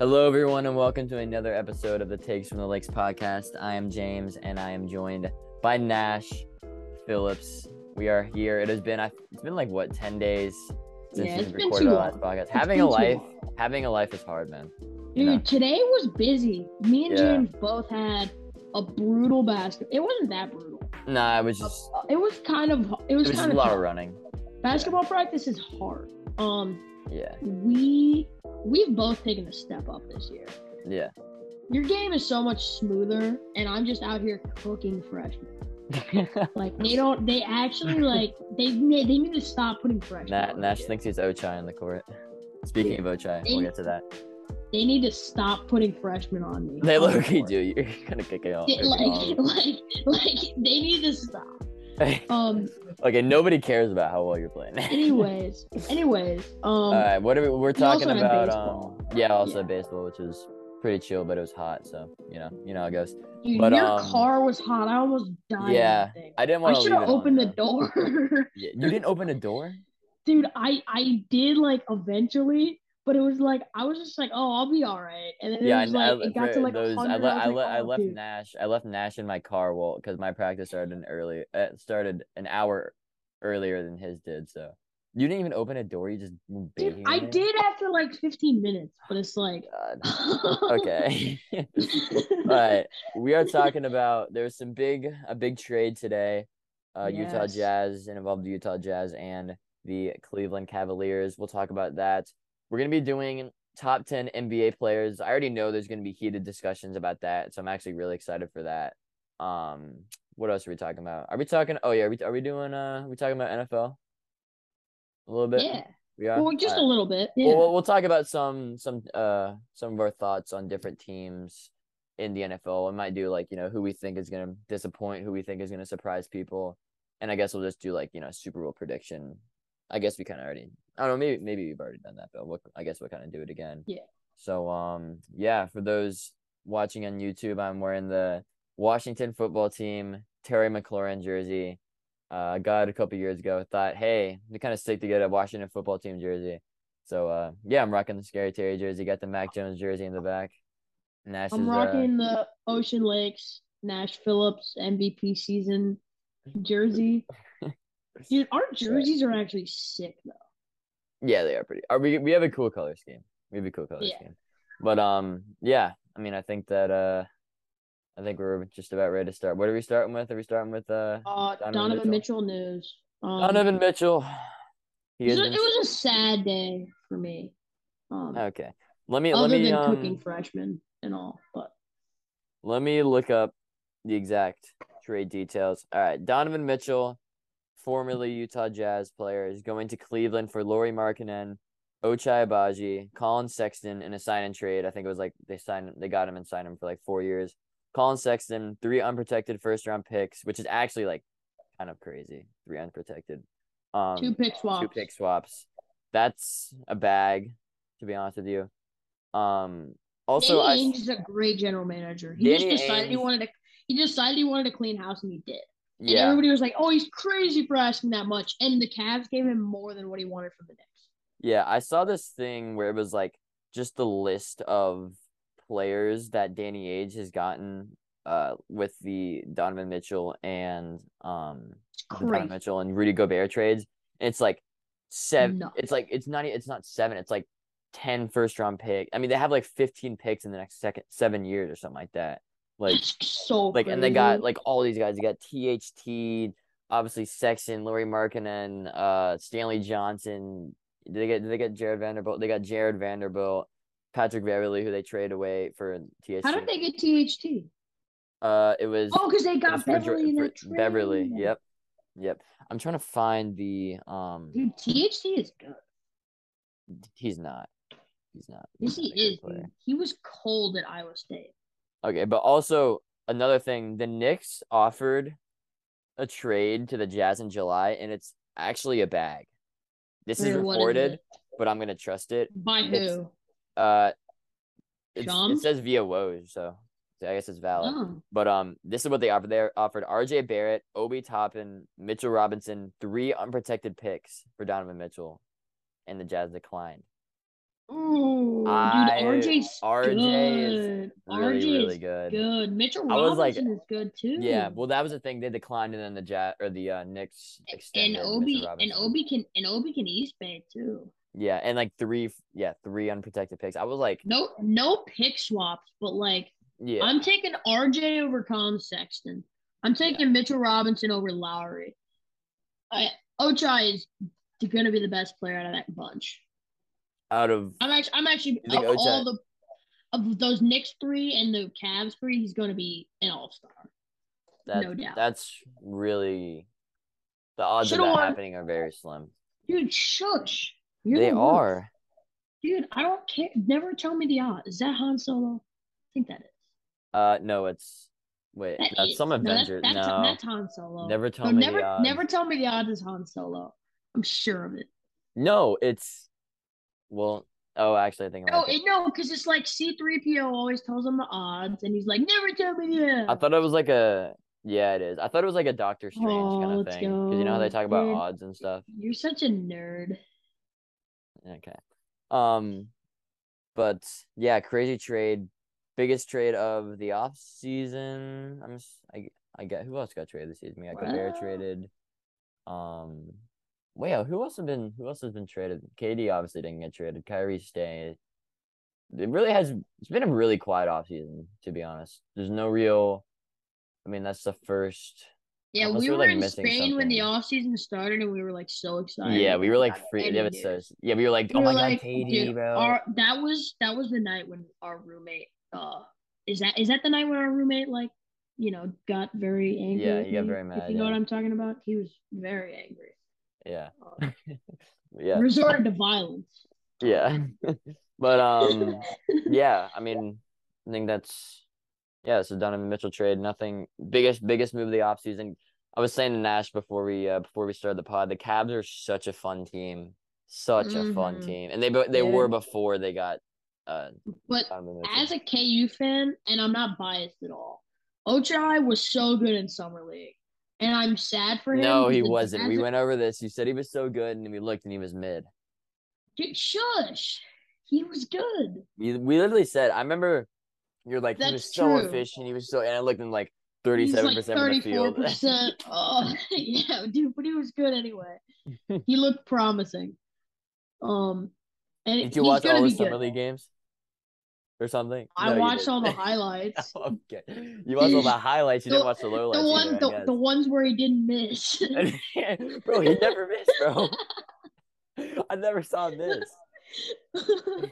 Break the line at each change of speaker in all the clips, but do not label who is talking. Hello, everyone, and welcome to another episode of the Takes from the Lakes podcast. I am James, and I am joined by Nash Phillips. We are here. It has been I- it's been like what ten days since
Yeah,
we
it's been
recorded
too
our last
long.
podcast.
It's
having
been
a
too
life,
long. Mm-hmm.
having a life is hard, man.
Dude,
know?
today was busy. Me and
Yeah.
James both had a brutal basket. It wasn't that brutal.
Nah, it was just
Oh, It was kind of.
it
It was,
was just
kind
a
of.
lot of
tough.
running.
Basketball practice is hard. Um,
Yeah,
we we've both taken a step up this year.
yeah.
Your game is so much smoother, and I'm just out here cooking freshmen. Like they don't. They actually like they they need to stop putting freshmen.
Na-
on the
Nash
gym.
thinks he's Ochai in the court. Speaking of Ochai, we'll get to that.
They need to stop putting freshmen on me.
They
On the
low key
court.
do. You're gonna kick it off.
They- like, like, like, they need to stop. Um,
okay, nobody cares about how well you're playing.
anyways, anyways, um,
All right, what are we, we're
we also
talking
had
about?
baseball.
Um, yeah, also
Yeah.
baseball, which was pretty chill, but it was hot, so you know, you know how it goes.
dude,
but,
your
um,
car was hot. I almost died.
yeah,
that thing.
I didn't
I
want to.
should have opened the door,
Yeah, you didn't open a door.
dude. I I did like eventually, but it was like I was just like, oh, I'll be all right, and then
yeah,
it
I,
was
I,
like it got to
for
like
those. I,
100,
le- I,
was
le-
like,
I
oh,
left
dude.
Nash. I left Nash in my car, well, because my practice started an early. Uh, started an hour earlier than his did. So you didn't even open a door. You just were
Dude,
baking
I
in there?
did after like 15 minutes, but it's like,
God. Okay. All right, we are talking about there's some big a big trade today. Uh, Utah
Yes.
Jazz and involved the Utah Jazz and the Cleveland Cavaliers. We'll talk about that. We're gonna be doing top ten NBA players. I already know there's gonna be heated discussions about that, so I'm actually really excited for that. Um, what else are we talking about? Are we talking? Oh yeah, are we are we doing? Uh, are we talking about NFL? A little bit.
yeah,
We are.
well, just
Alright.
a little bit. Yeah.
Well, we'll, we'll talk about some some uh some of our thoughts on different teams in the NFL. We might do like you know who we think is gonna disappoint, who we think is gonna surprise people, and I guess we'll just do like you know Super Bowl prediction. I guess we kind of already. I don't know. Maybe maybe we've already done that, but we'll, I guess we'll kind of do it again.
Yeah.
So um yeah, for those watching on YouTube, I'm wearing the Washington football team Terry McLaurin jersey. Uh, I got it a couple years ago. Thought, hey, it'd kind of sick to get a Washington football team jersey. So uh, yeah, I'm rocking the scary Terry jersey. Got the Mac Jones jersey in the back. Nash
I'm
is, uh,
rocking the Ocean Lakes Nash Phillips MVP season jersey. Dude, our jerseys are actually sick though.
yeah, they are pretty. Are we? We have a cool color scheme. We have a cool color
Yeah.
scheme. But um, yeah. I mean, I think that uh, I think we're just about ready to start. What are we starting with? Are we starting with uh,
Uh,
Donovan
Donovan, Mitchell. news. Um,
Donovan Mitchell? He
it was,
has
a,
been-
it was a sad day for me. Um,
Uh, okay. Let me let
other
me
than
um
cooking freshmen and all, but
let me look up the exact trade details. All right, Donovan Mitchell, formerly Utah Jazz player, is going to Cleveland for Laurie Markkinen, Ochai Abaji, Colin Sexton in a sign and trade. I think it was like they signed they got him and signed him for like four years. Colin Sexton, three unprotected first round picks, which is actually like kind of crazy. Three unprotected. Um
two pick swaps.
two pick swaps. That's a bag, to be honest with you. Um also
Danny
I
Ainge is a great general manager. He
Danny
just decided he
Ainge-
wanted to. He decided he wanted to clean house, and he did. And
yeah.
everybody was like, "Oh, he's crazy for asking that much." And the Cavs gave him more than what he wanted from the Knicks.
Yeah, I saw this thing where it was like just the list of players that Danny Ainge has gotten uh with the Donovan Mitchell and um
It's
the Donovan
crazy.
Mitchell and Rudy Gobert trades. It's like seven
Nuts.
it's like it's not e- it's not seven, it's like 10 first round pick. I mean, they have like 15 picks in the next second 7 years or something like that. Like
That's so
like and they
crazy.
got like all these guys. They got THT, obviously Sexton, Laurie Markkinen, uh, Stanley Johnson. Did they get did they get Jared Vanderbilt? They got Jared Vanderbilt, Patrick Beverly, who they traded away for THT.
How did they get THT?
Uh, it was
Oh, because they
it was
got
for Jer-
Beverly in
for
that trade.
Beverly. Yep, yep. I'm trying to find the um.
Dude, THT is good.
He's not. He's not.
Yes,
he's not
he
a good
is.
player.
Dude. He was cold at Iowa State.
Okay, but also another thing, the Knicks offered a trade to the Jazz in July, and it's actually a bag. This is
Wait, what is
reported,
it?
but I'm gonna trust it.
By
It's-
who?
Uh, it's,
Shams?
it says via Woj, so I guess it's valid.
Oh,
But um, this is what they offered. They offered R.J. Barrett, Obi Toppin, Mitchell Robinson, three unprotected picks for Donovan Mitchell, and the Jazz declined.
Ooh,
I-
dude, RJ's
RJ is
good.
Really,
RJ
really
is
good.
good. Mitchell
I was
Robinson
like-
is good too.
Yeah, well, that was the thing. They declined, and then the Jazz or the uh, Knicks
and
extended. Mitchell
Obi and
Robinson.
Obi can and Obi can East Bay too.
Yeah, and like three, yeah, three unprotected picks. I was like,
No, no pick swaps, but like
yeah,
I'm taking RJ over Colin Sexton. I'm taking Mitchell Robinson over Lowry. I, Ochai is going to be the best player out of that bunch.
out of
I'm actually, I'm actually
You
of
think
all the of those Knicks three and the Cavs three, he's going to be an All Star.
that,
no doubt.
that's really the odds of
Should've
that
won.
happening are very slim.
Dude, shush. You're
They
the worst.
are.
Dude, I don't care. Never tell me the odds. Is that Han Solo? I think that is.
Uh, no, it's wait,
That
that's
is-
some
no, that's-
Avenger.
That's,
no,
that's Han Solo.
never tell
No,
me.
never,
the odds.
never tell me the odds is Han Solo. I'm sure of it.
No, it's well. Oh, actually, I think I'm
No,
okay.
it, no, because it's like C3PO always tells him the odds, and he's like, never tell me the
I
odds.
thought it was like a yeah, it is. I thought it was like a Doctor Strange kind
Oh,
of
let's
thing because you know how they
go,
talk about
dude.
odds and stuff.
You're such a nerd.
Okay. Um, but yeah, crazy trade, biggest trade of the off season. I'm s- I I got who else got traded this season? I got Gobert
Well.
traded. Um, well, who else have been who else has been traded? KD obviously didn't get traded. Kyrie stayed. It really has. It's been a really quiet off season, to be honest. There's no real. I mean, that's the first.
Yeah,
Unless
we
we're,
were
like,
in
missing
Spain when the
something.
off season started, and we were like so excited.
Yeah, we were like free. Yeah,
Yeah,
it's so, yeah, we were like, oh my god, KD,
dude,
bro.
our- that was that was the night when our roommate. uh Is that is that the night when our roommate like, you know, got very angry?
Yeah,
with
he got
me?
very
If
mad,
you know
yeah.
what I'm talking about, he was very angry.
yeah,
Uh,
yeah.
Resorted to violence.
Yeah. but um yeah, I mean I think that's yeah, so Donovan Mitchell trade, nothing biggest biggest move of the offseason. I was saying to Nash before we uh, before we started the pod, the Cavs are such a fun team. Such a fun
Mhm.
team. And they bo- they
Yeah.
were before they got uh
But
Donovan Mitchell.
as a KU fan, and I'm not biased at all, Ochai was so good in summer league, and I'm sad for him.
no, he
because
wasn't.
as
We
a-
went over this. You said he was so good, and then we looked, and he was mid.
Dude, shush. He was good.
We, we literally said. I remember you're like he
That's
was so
true.
efficient. He was so, and I looked and like
He's
thirty-seven
like
percent from the field.
34%. Oh, yeah, dude, but he was good anyway. He looked promising. Um, and
Did you
he's
watch
gonna
all the
be
summer
good.
league games or something?
I
No, you
watched
didn't. Oh,
all the highlights.
okay, you watched all the highlights. You
The-
didn't watch the lowlights.
the one,
either, I
the, the ones where he didn't miss.
guess. bro, he never missed, bro. I never saw this. God.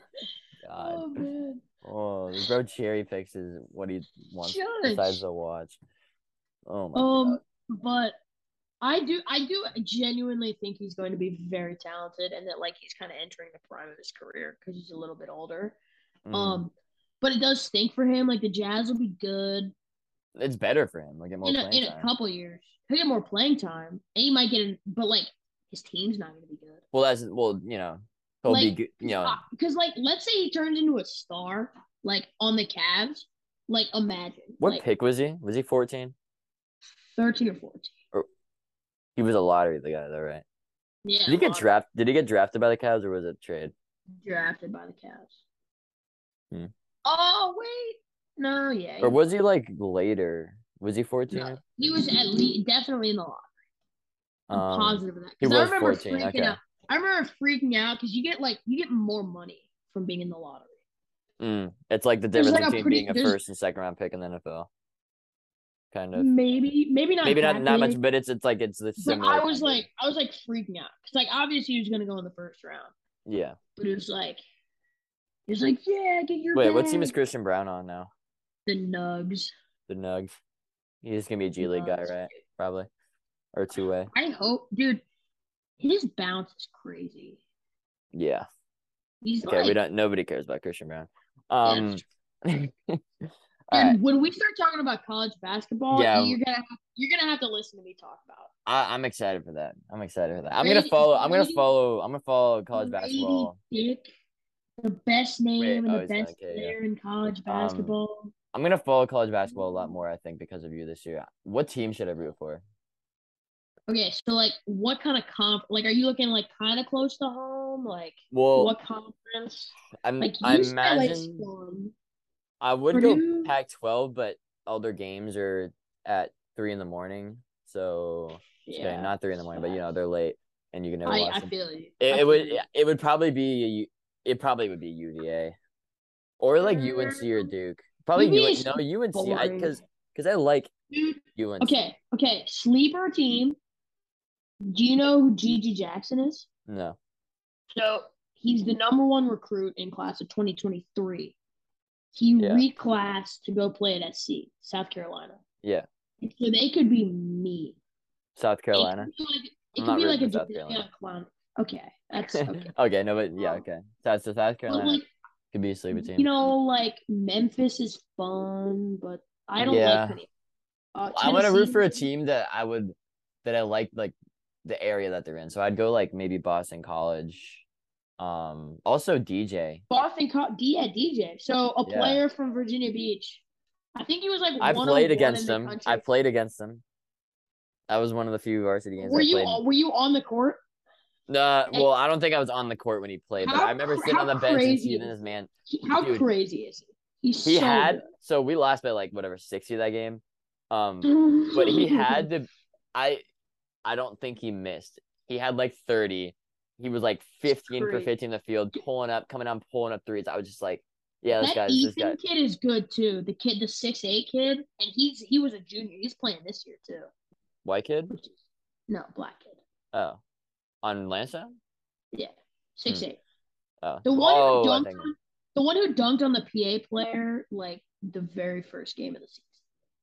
oh man,
Oh, this bro, cherry picks is what he wants
shush.
besides the watch. Oh my.
Um, but I do, I do genuinely think he's going to be very talented, and that like he's kind of entering the prime of his career because he's a little bit older.
mm.
Um, but it does stink for him. Like the Jazz will be good
it's better for him. Like get more
in a,
playing
in a
time.
couple years. He'll get more playing time, and he might get. An, but like his team's not going to be good.
Well, that's well, you know, he'll be
Like,
good. You know,
Because like, let's say he turns into a star, like on the Cavs. Like imagine,
what
like
pick was he? Was he fourteen?
thirteen or fourteen.
He was a lottery the guy though, right?
Yeah,
Did he get
lot-
drafted? Did he get drafted by the Cavs or was it trade?
drafted by the Cavs.
Hmm.
Oh wait, no, yeah,
Or was he like later? Was he
he,
14?
no, he was at least definitely in the lot. I'm
Um,
positive of that.
he
'Cause I
was
remember
14,
freaking
okay.
out. I remember freaking out because you get like you get more money from being in the lottery.
mm, it's like the
There's,
difference
like, a
between
pretty-
being a
there's-
first and second round pick in the NFL. Kind of.
Maybe, maybe not.
Maybe not
that
not much,
big,
but it's it's like it's the
But
similar.
I was
kind of-
like, I was like freaking out because like obviously he was gonna go in the first round,
yeah.
but it was like, it was like, yeah, get your
Wait,
bag.
what team is Christian Brown on now?
the Nugs?
The Nugs. He's gonna be a G League guy,
Nugs.
right? Probably, or two way.
I hope, dude. His bounce is crazy.
Yeah.
He's
Okay,
like,
we don't. Nobody cares about Christian Brown. Um. all right.
And when we start talking about college basketball,
Yeah.
you're gonna have, you're gonna have to listen to me talk about
I, I'm excited for that. I'm excited for that. I'm
Brady-
gonna follow. I'm gonna
Brady-
follow. I'm gonna follow college
Brady
basketball.
Dick, the best name
Wait,
and
oh,
the
he's
best
okay, yeah. Um,
player in college basketball.
I'm gonna follow college basketball a lot more. I think because of you this year. What team should I root for?
Okay, so like, what kind of comp? Like, are you looking like kind of close to home? Like,
Well,
what conference?
I'm,
Like,
I
UCLA is
imagine
strong.
I would
Purdue-
go Pac-12, but all their games are at three in the morning. So okay,
Yeah,
not three in the morning, but you know they're late, and you can never
I,
watch
I
them.
feel you.
It,
I
it would
feel you.
it would probably be a U- it probably would be UVA or like UNC or
Mm,
Duke. Probably
UVA
UNC.
is
No UNC
boring.
because because I like
Dude,
UNC.
Mm. Okay, okay. Sleeper team. Do you know who Gigi Jackson is?
No.
So he's the number one recruit in class of 2023. He
Yeah.
reclassed to go play at SC, South Carolina.
Yeah.
And So they could be me.
South Carolina.
It
I'm
could be like,
not
it could be like
rooting
a
for South
Javion
Carolina.
Clown. Okay, that's okay.
okay. No, but yeah.
Um,
Okay. That's so South
but
Carolina
like
could be a sleeper team.
Mm, you know, like Memphis is fun, but I don't
Yeah.
like. Many. Uh,
I want to root for a
Tennessee-
team that I would that I like like the area that they're in. So I'd go like maybe Boston College. Um also DJ.
Boston caught D at DJ. So a
Yeah.
player from Virginia Beach. I think he was like
I
101
played against
in the
them.
country.
I played against them. That was one of the few varsity games
Were
I
you
played.
were you on the court?
Uh, well, I don't think I was on the court when he played, but
How
I remember
cra-
sitting
how
on the bench and
crazy
seeing
is
this man.
He- how
Dude.
crazy is he? He's
He
so
had so we lost by like whatever sixty that game. Um,
good.
but he had the I I don't think he missed. He had like 30. He was like 15 for
Great.
15 in the field, pulling up, coming down, pulling up threes. I was just like, yeah, this
that
guy's this
Ethan
guy.
kid is good too. The kid, the six eight kid, and he's he was a junior. He's playing this year too.
White kid?
Which is no black kid.
Oh. On Lansdowne?
Yeah, six eight.
Oh.
The one
oh,
who
I
dunked
think.
on, the one who dunked on the PA player like the very first game of the season,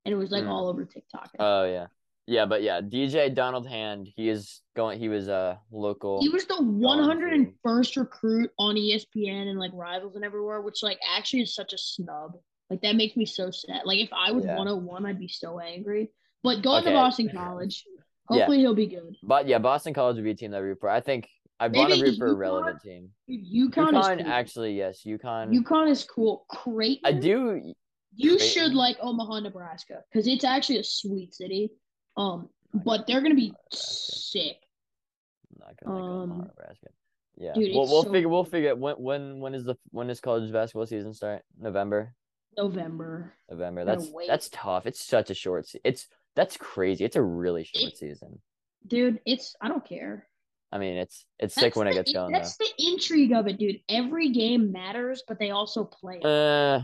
and it was like
Hmm.
all over TikTok.
Oh yeah. Yeah, but yeah, DJ Donald Hand, he is going he was uh local.
He was the 101st recruit on E ESPN and like rivals and everywhere, which like actually is such a snub. Like that makes me so sad. Like if I was
Yeah.
101, I'd be so angry. But going
Okay.
to Boston College,
Yeah.
hopefully he'll be good.
but yeah, Boston College would be a team that I root for. I think I want to
Maybe
root for a
UConn?
relevant team.
Dude, UConn,
UConn,
is cool.
actually, yes, UConn.
UConn is cool. Creighton,
I do
You
Creighton.
should like Omaha, Nebraska, because it's actually a sweet city. Um, but they're gonna be sick.
I'm not gonna like Omaha,
Um,
Nebraska. Yeah,
dude,
we'll
it's
we'll
so
figure we'll
cool.
figure when when when is the when does college basketball season start? November,
November.
November.
Gotta
That's
wait.
that's tough. It's such a short. Se- it's that's crazy. It's a really short
It-
season.
Dude, it's I don't care.
I mean, it's it's sick when it
the,
gets going
That's the intrigue of it, dude. Every game matters, but they also play.
though.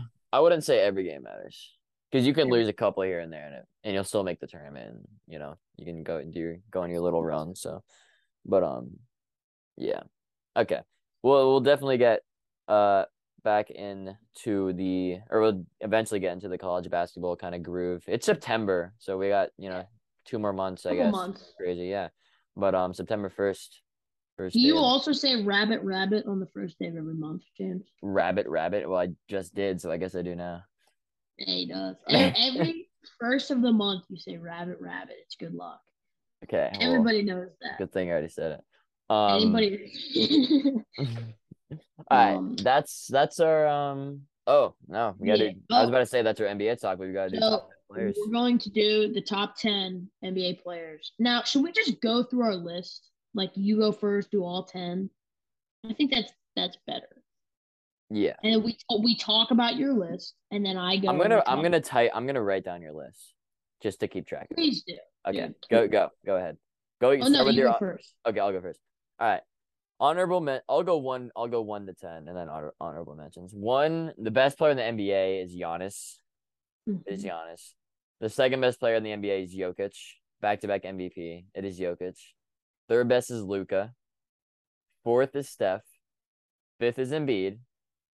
Uh, I wouldn't say every game matters because you can
Every-
lose a couple here and there, and it, and you'll still make the tournament. And, you know, you can go and do your, go on your little run. So, but um, yeah, okay. Well, we'll definitely get uh back into the or we'll eventually get into the college basketball kind of groove. It's September, so we got you know two more months, I
Couple
guess.
months.
Crazy, yeah. But um, September first, first
Do you
day of-
also say rabbit rabbit on the first day of every month, James?
rabbit, rabbit. Well, I just did, so I guess I do now.
Hey, does. Every, E-, every first of the month you say rabbit rabbit. It's good luck.
Okay, well,
Everybody knows that.
Oh. good thing I already said it. Um,
Anybody
All right,
Um,
that's that's our um. Oh no, we gotta.
Yeah,
do, I was
oh.
about to say that's our NBA talk, but we gotta do
So,
top players.
We're going to do the top 10 NBA players. Now, should we just go through our list? Like you go first, do all 10. I think that's that's better.
Yeah,
And then we we talk about your list and then I go.
I'm
and
gonna
we
I'm
talk-
gonna type. I'm gonna write down your list just to keep track. of it.
please do.
Okay,
dude,
go
please.
go go ahead. Go
Oh
start
no,
with
you
your.
go first.
Okay, I'll go first. All right, honorable men. I'll go one. I'll go one to ten, and then honor- honorable mentions. One, the best player in the NBA is Giannis. It is
Mhm.
Giannis. The second best player in the NBA is Jokic. Back to back MVP. It is Jokic. Third best is Luca. Fourth is Steph. Fifth is Embiid.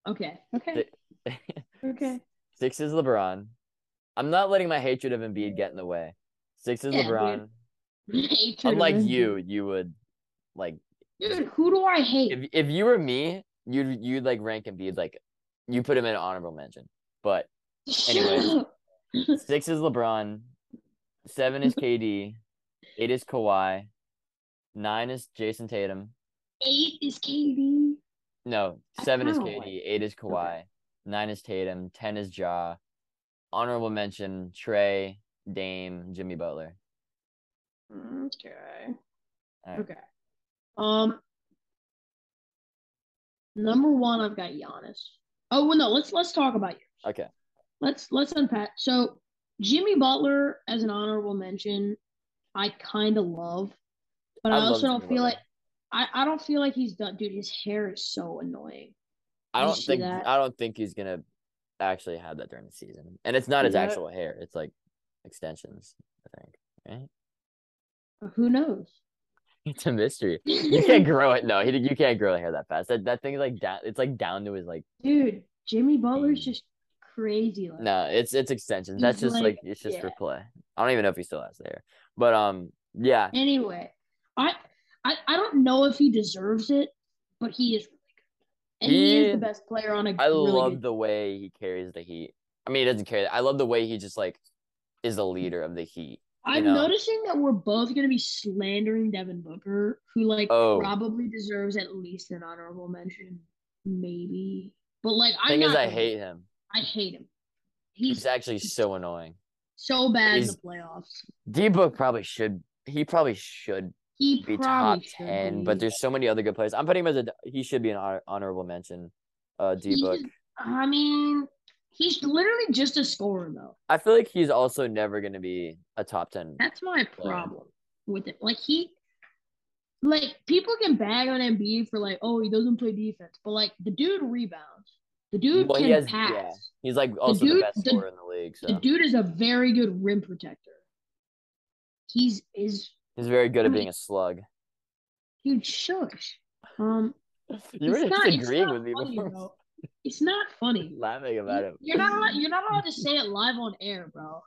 Okay. Okay. Okay.
Six is LeBron. I'm not letting my hatred of Embiid get in the way. Six is
Yeah, dude.
LeBron.
Hatred of
Unlike
Embiid.
you, you would like
Dude, who do I hate?
if if you were me, you'd you'd like rank Embiid like you put him in honorable mention. But
Shut
anyways.
up.
Six is LeBron. Seven is KD. Eight is Kawhi. Nine is Jason Tatum.
Eight is KD.
No,
I
seven is
kinda
KD.
like-
Eight is Kawhi. Nine is Tatum. Ten is Ja. Honorable mention: Trey, Dame, Jimmy Butler.
Okay.
All right.
Okay. Um. Number one, I've got Giannis. Oh well, no. Let's let's talk about yours.
Okay.
Let's let's unpack. So, Jimmy Butler as an honorable mention, I kind of love, but I,
I love
also don't
Jimmy
feel
Butler.
like I I don't feel like he's done. Dude, his hair is so annoying.
I
You
don't
see
think
that?
I don't think he's gonna actually have that during the season. And it's not his
Yeah.
actual hair; it's like extensions. I think. Right?
Who knows?
It's a mystery. You can't grow it. No, he you can't grow hair that fast. That that thing's like down. It's like down to his like.
Dude, Jimmy Butler's
Mm.
just crazy. Like,
No, it's it's extensions. That's
He's
just like,
like-
it's just for
yeah.
play. I don't even know if he still has the hair, but um, yeah,
Anyway, I, I I don't know if he deserves it, but he is really good. And he,
He-
is the best player on a
I
really
love
good
the way he carries the heat. I mean, he doesn't carry. I love the way he just like is the leader of the heat.
I'm
know.
noticing that we're both going to be slandering Devin Booker, who like
Oh.
probably deserves at least an honorable mention, maybe. But like, I'm
Thing
not.
is, I
gonna-
hate him.
I hate him.
He's
He's
actually so annoying.
so bad in
he's-
the playoffs.
D Book probably should. He probably should
He
be top
probably should
ten,
be.
but there's so many other good players. I'm putting him as a. He should be an honor, honorable mention. Uh, D Book.
He's- I mean, he's literally just a scorer though.
I feel like he's also never going to be a top ten.
That's my problem with it. Like he, like people can bag on Embiid for like, oh, he doesn't play defense, but like the dude rebounds. The dude
Well, he
can
has-
pass.
yeah. He's like also the
dude-
best
the-
scorer in the league.
The
So
dude is a very good rim protector. He's is
he's very good
I
at
mean-
being a slug.
dude shush. Um,
You were
it's not,
just
it's
agreeing
not
with me
funny,
before
bro. It's not funny.
laughing about him.
You're not allowed, you're not allowed to say it live on air, bro.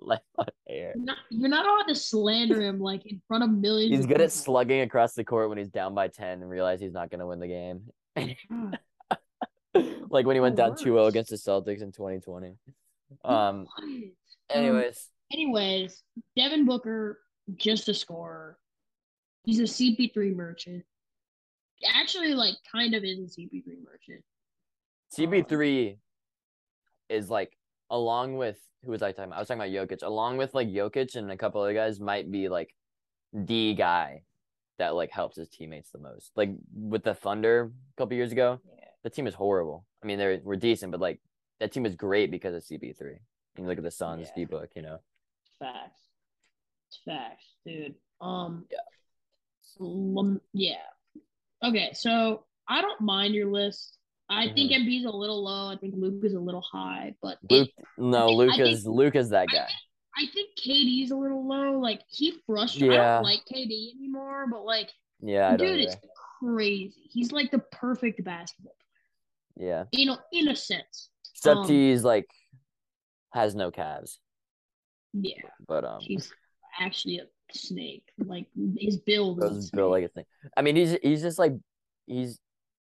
Laugh on air.
You're not, you're not allowed to slander him like in front of millions.
He's
of
good at
people.
slugging across the court when he's down by ten and realize he's not going to win the game.
God.
like when he went
The
down 2-0
worst.
against the Celtics in 2020. Um.
What?
Anyways,
Anyways, Devin Booker, just a scorer. He's a CP3 merchant. Actually, like, kind of is a CP3 merchant.
CB3 is like along with who was I talking about? I was talking about Jokic. Along with like Jokic and a couple other guys might be like the guy that like helps his teammates the most. Like with the Thunder a couple years ago, the team is horrible. I mean, they were decent, but like that team is great because of CB3. And you look at the Suns,
Yeah.
D Book, you know.
Facts. It's facts, dude. Um.
Yeah.
lum- yeah. Okay, so I don't mind your list. I think Embiid's a little low. I think Luke is a little high, but it-
Luke, no,
I think-
Luca's Luca's that
I
guy.
think- I think KD's a little low. Like he frustrates. I
Yeah.
don't like KD anymore, but like,
Yeah, I don't.
dude, it's
either.
crazy. He's like the perfect basketball.
Yeah,
player. In a, in a sense,
except
um,
he's like has no calves,
yeah,
but um,
he's actually a snake. Like his build. is a
Those
snake.
built like a thing. I mean, he's he's just like he's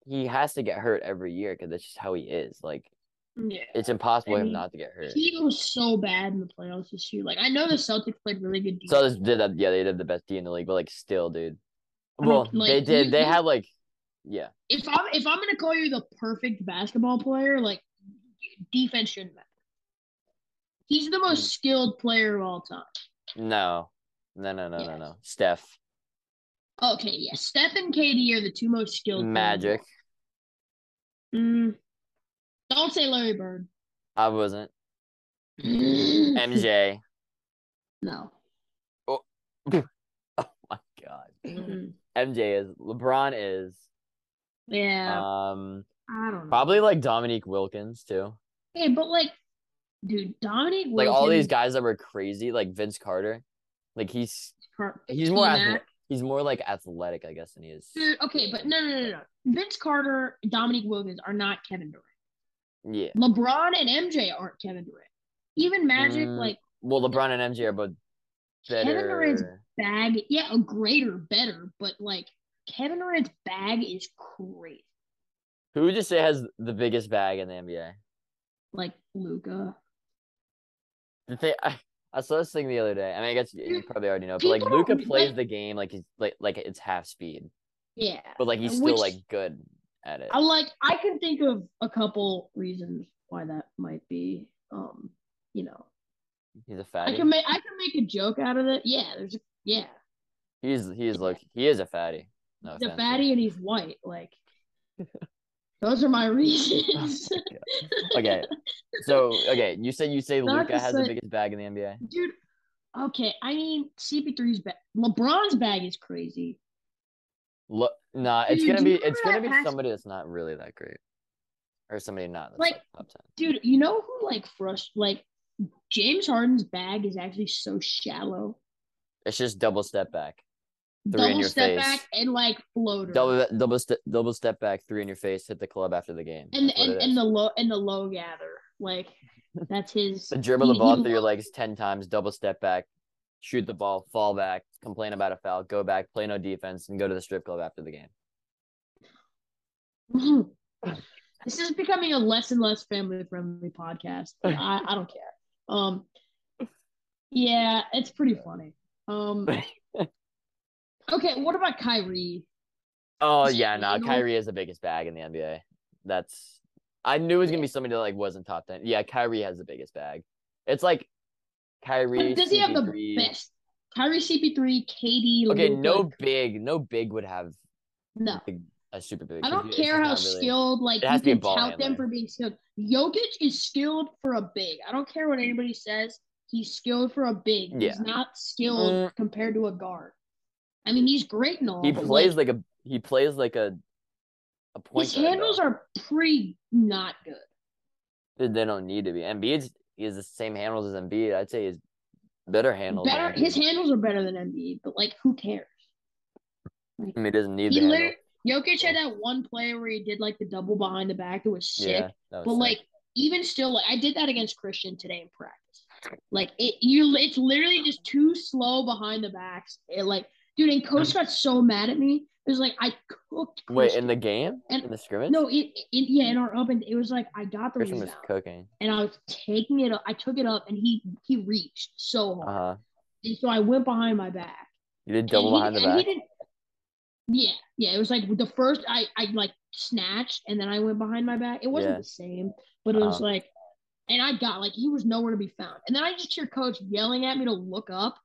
he has to get hurt every year because that's just how he is. Like
yeah.
it's impossible
I
for him
mean,
not to get hurt.
He was so bad in the playoffs this year. Like I know the Celtics played really good defense.
So this did that. Yeah, they did the best D in the league, but like still, dude.
I mean,
Well,
like,
they did.
you-
they
you-
had like, yeah,
if I'm if I'm gonna call you the perfect basketball player, like defense shouldn't matter. He's the
Mm.
most skilled player of all time.
no, no, no, no, no,
Yes.
no. Steph,
Okay, yeah. Steph and KD are the two most skilled. players.
Magic.
Mm. Don't say Larry Bird.
I wasn't MJ.
no.
oh my god,
Mm-mm.
MJ is LeBron is
Yeah,
um
I don't know.
probably like Dominique Wilkins too.
Hey, but like, dude, Dominic.
like all these
Wilkins,
guys that were crazy, like Vince Carter, like he's
Car-
he's more
T-Mac.
athletic. he's more like athletic, I guess, than he is.
Dude, okay, but no, no, no, no. Vince Carter, Dominique Wilkins are not Kevin Durant.
Yeah.
LeBron and MJ aren't Kevin Durant. Even Magic,
Mm,
like
Well, LeBron and MJ are both
Kevin Durant's
better.
bag, yeah, a greater, better, but like Kevin Durant's bag is crazy.
Who would you say has the biggest bag in the NBA?
Like Luca.
The thing I, I saw this thing the other day. I mean, I guess you
Dude,
probably already know, but like
people
Luca
don't-
plays
like-
the game like he's like like it's half speed,
Yeah.
but like he's still
Which-
like good at it.
I like I can think of a couple reasons why that might be. Um, you know.
He's a
I
fatty.
can make I can make a joke out of it. Yeah, there's a Yeah,
He's he's look he is a fatty. No
he's a
offense.
fatty and he's white. Like, those are my reasons,
Oh, Okay. So okay, you said you say
Not
Luca
to
has the
say-
biggest bag in the NBA.
dude. Okay, I mean CP3's bag, LeBron's bag is crazy.
Look, nah, it's
Dude,
gonna
do
be
you
it's
remember
gonna
that
be
pass-
somebody that's not really that great, or somebody not that's
Like-
like top ten.
Dude, you know who like frust like James Harden's bag is actually so shallow.
It's just double step back, Three in
Double
your
step
face.
back and like floater.
double double step double step back, three in your face, hit the club after the game.
and
That's what
and,
it
and
is.
the low and the low gather. Like that's his
So dribble the
he-
ball
he
through your legs ten times, double step back, shoot the ball, fall back, complain about a foul, go back, play no defense, and go to the strip club after the game.
this is becoming a less and less family friendly podcast. but I, I don't care. Um, yeah, it's pretty funny. Um, okay, what about Kyrie?
Oh
Is he
yeah, no,
anal?
Kyrie is the biggest bag in the NBA. That's I knew it was gonna be somebody that like wasn't top ten. Yeah, Kyrie has the biggest bag. It's like Kyrie.
But does he have the
CP3.
best? Kyrie CP3, KD.
Okay,
Luka.
no big, no big would have
no.
big, a super big.
I
'cause
don't
it's just
care how
not really-
skilled. Like
It has
you
to be a
can
ball
tout them
handler.
for being skilled. Jokic is skilled for a big. I don't care what anybody says. He's skilled for a big.
Yeah.
He's not skilled
Mm.
compared to a guard. I mean, he's great and all.
He
but,
plays like a he plays like a a point.
his
guard,
handles
though.
are pretty not good.
They don't need to be. Embiid's he has the same handles as Embiid. I'd say he's better handles. than
Better,
Embiid.
his handles are better than Embiid, but like, who cares?
I mean, he doesn't need
He
the handle.
literally, Jokic had that one play where he did like the double behind the back that was sick.
Yeah, that was
But
sick.
like even still, like I did that against Christian today in practice. Like it, you, it's literally just too slow behind the backs. It like, dude, and coach got so mad at me. It was like I cooked.
wait
Christian.
in the game
and-
in the scrimmage.
no, it, it yeah, in our open, it was like I got the
Christian was
rebound
cooking.
and I was taking it. up. I took it up and he he reached so
Uh
hard,
huh.
and so I went behind my back.
You did
And
double
he-
behind the
and he
back.
didn't- Yeah, yeah. It was like the first I I like snatched and then I went behind my back. It wasn't
Yeah.
the same, but it was
Uh-huh.
like, and I got like he was nowhere to be found. And then I just hear coach yelling at me to look up.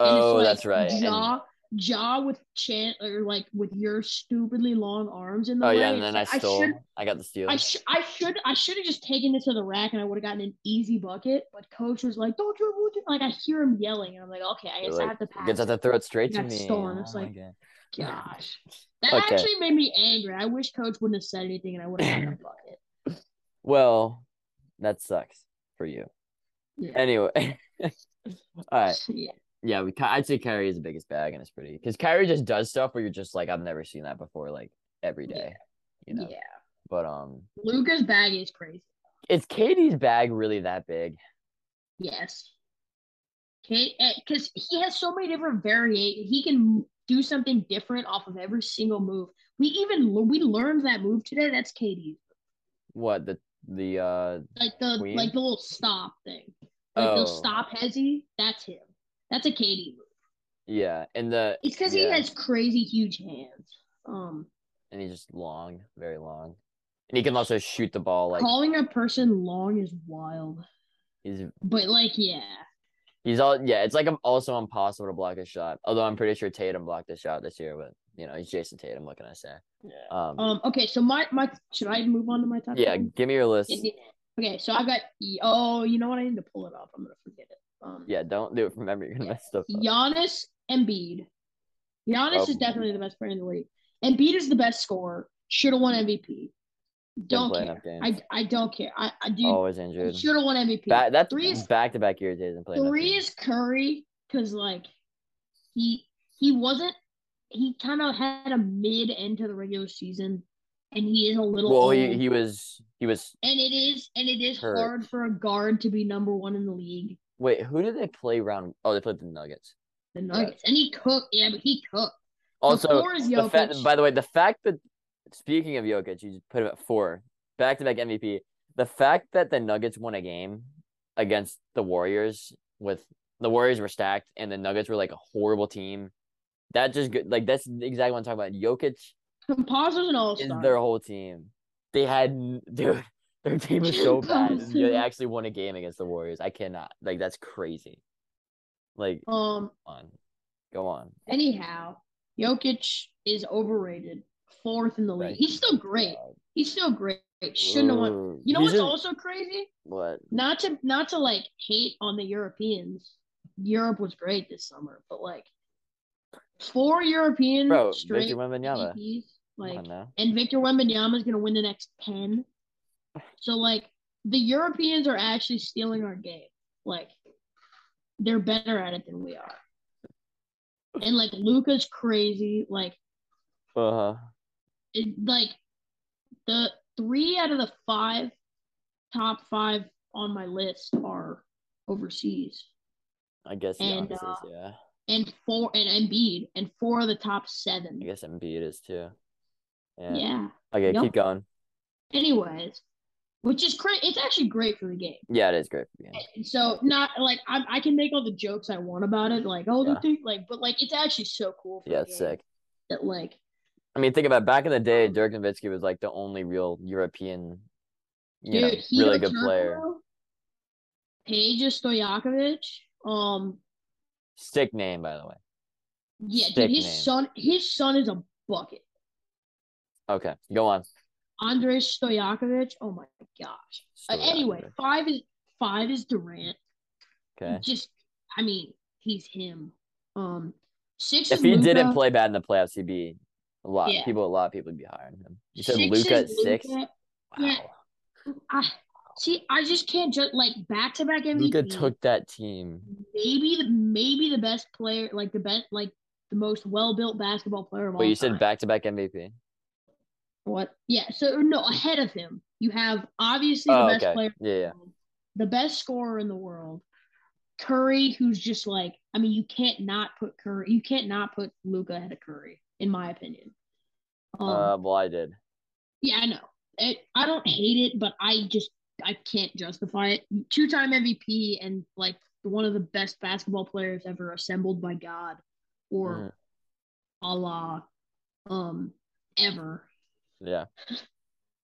and it's
Oh,
like
that's right. And-
Jaw, jaw with chan or like with your stupidly long arms in the
oh
way.
yeah, and
It's
then I
like,
stole. I,
should-
got the steal.
I, sh- I should I should have just taken this to the rack and I would have gotten an easy bucket. But coach was like, "Don't you?" don't you-" Like I hear him yelling, and I'm like, "Okay, I
You're
guess
like,
I have to pass."
Gets out the throat straight to
got
me.
stolen. It's
Oh, my
like-
God.
Gosh, that
Okay.
actually made me angry. I wish coach wouldn't have said anything, and I would have gotten a bucket.
Well, that sucks for you.
Yeah.
Anyway, all right.
yeah.
Yeah, we. Ky- I'd say Kyrie is the biggest bag, and it's pretty because Kyrie just does stuff where you're just like, I've never seen that before, like every
Yeah.
day, you know.
yeah.
But um,
Luca's bag is crazy.
is Katie's bag really that big?
Yes. Okay, because he has so many different variations. He can do something different off of every single move. We even we learned that move today. That's Katie's,
What the the uh
like the
Queen?
like the little stop thing, like the
Oh.
stop hezzy. That's him. That's a Katie move.
yeah, and the
It's because
Yeah.
he has crazy huge hands. Um,
and he's just long, very long, and he can also shoot the ball like
calling a person long is wild.
he's
But like, yeah,
He's all yeah. It's like I'm also impossible to block a shot. Although I'm pretty sure Tatum blocked a shot this year, but you know he's Jason Tatum. What can I say? Um,
Um. Okay. So my my should I move on to my top?
yeah.
ten?
Give me your list.
Okay. So I got. Oh, you know what? I need to pull it up. I'm gonna forget it. Um.
Yeah. Don't do it from memory. You're gonna mess stuff up.
Giannis Embiid. Giannis
Oh.
is definitely the best player in the league. Embiid is the best scorer. Should have won MVP.
Didn't
Don't
play
care.
enough games.
I I don't care. I I do.
Always injured.
Should have won MVP.
Ba- that's
three is
back to back years he hasn't played. enough
Three
games.
is Curry because like he he wasn't he kind of had a mid end to the regular season, and he is a little.
Well,
old.
he, he was he was.
and it is and it is
Hurt.
hard for a guard to be number one in the league.
Wait, who did they play round? Oh, they played the Nuggets.
The Nuggets and he cooked. Yeah, but he cooked.
Also,
floor is
the fact.
Jokic.
By the way, the fact that speaking of Jokic, you just put him at four, back to back MVP. The fact that the Nuggets won a game against the Warriors with the Warriors were stacked and the Nuggets were like a horrible team. That just good. Like that's exactly what I'm talking about. Jokic
Composer's an all
is their
star.
whole team. They had n- dude. Their team was so bad. and They
Composer.
actually won a game against the Warriors. I cannot. Like that's crazy. Like
Um,
on. Go on.
Anyhow, Jokic is overrated. Fourth in the league.
Right.
He's still great. He's still great. Shouldn't have won.
Uh, Ooh,
You know
he's
what's
in-
also crazy?
what?
Not to not to like hate on the Europeans. Europe was great this summer, but like four European
Bro,
straight
Victor Wembanyama.
MVPs,
Come
like
on now.
and Victor Wembanyama is going to win the next 10. So like the Europeans are actually stealing our game. Like they're better at it than we are. And like Luca's crazy. Like
Uh huh.
it, like the three out of the five top five on my list are overseas,
I guess
And,
Giannis
uh,
is, yeah.
and four and Embiid, and four of the top seven.
I
Yeah.
guess Embiid is too. Yeah. Okay,
Yup.
keep going.
Anyways, which is crazy. It's actually great for the game.
Yeah, it is great. for the game.
so not like I, I can make all the jokes I want about it, like oh
Yeah.
the thing, like but like it's actually so cool. For
Yeah,
the
it's
game
sick.
That like
I mean, think about it, back in the day,
Um,
Dirk Nowitzki was like the only real European, you know,
dude, Hito
really good player.
Turkoglu, Peja Stojakovic, um,
Sick name, by the way.
yeah,
Sick
dude, his
name.
son, his son is a bucket.
Okay, go
Uh,
on.
Andrei Stojakovic, oh my gosh. Uh,
Still
anyway,
Rodman.
five is five is Durant.
okay.
Just, I mean, he's him. Um, six.
If
is
he didn't
Luka.
play bad in the playoffs, he'd be a lot.
Yeah.
People, a lot of people would be higher on him. You said
Six
Luca at
is
six. Wow.
Luka. Yeah. I see. I just can't just like back to back MVP.
Luca took that team.
maybe the maybe the best player, like the best, like the most well built basketball player of all
Wait, you
time.
said back to back MVP.
what? Yeah. So no, ahead of him, you have obviously the
Oh,
best
okay.
player,
Yeah, yeah.
the best scorer in the world, Curry, who's just like, I mean, you can't not put Curry, you can't not put Luca ahead of Curry, in my opinion. Um,
Uh, well, I did.
Yeah, I know. It, I don't hate it, but I just I can't justify it. Two-time MVP and like one of the best basketball players ever assembled by God or
Mhm.
Allah, um, ever.
Yeah.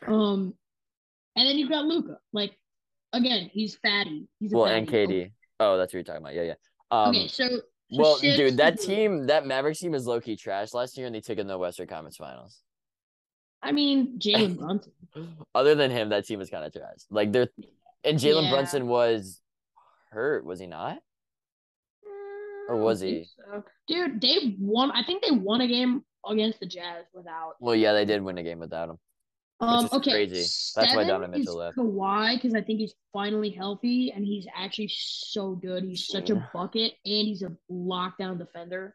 Um, and then you've got Luca. Like again, he's fatty. He's a
Well, and
fatty.
KD. Oh, that's what you're talking about. Yeah, yeah. Um,
Okay, so, so
well,
six
dude, that
is-
team, that Mavericks team, is low key trash last year, and they took in the Western Conference Finals.
I mean, Jalen Brunson.
Other than him, that team was kind of trash. Like they're and Jalen
Yeah.
Brunson was hurt, was he not? Or was
I don't think
he?
so. Dude, they won. I think they won a game against the Jazz without
Well, yeah, they did win a game without him.
Um,
is
okay,
crazy. That's why
seven
Donovan Mitchell
is
left.
Kawhi because I think he's finally healthy and he's actually so good. He's such a
Yeah.
bucket and he's a lockdown defender.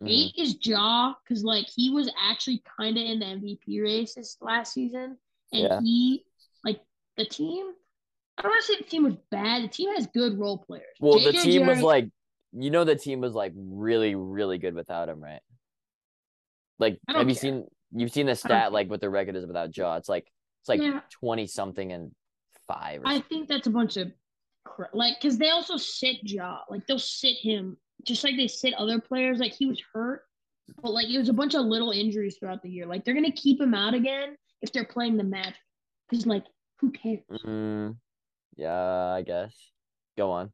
Mhm.
Eight is Ja because like he was actually kind of in the MVP race this last season, and
Yeah.
he like the team. I don't want to say the team was bad. The team has good role players.
Well, the
JJ
team was
Redick-
like, you know, the team was like really, really good without him, right? Like,
I don't
have you
care.
seen? You've seen the
care.
stat like what the record is without Jaw. It's like it's like
Yeah.
twenty something and five. Or
I
something.
think that's a bunch of crap. Like, because they also sit Ja. Like, they'll sit him just like they sit other players. Like, he was hurt, but like, it was a bunch of little injuries throughout the year. Like, they're going to keep him out again if they're playing the match. Because, like, who cares?
Mm, yeah, I guess. Go on.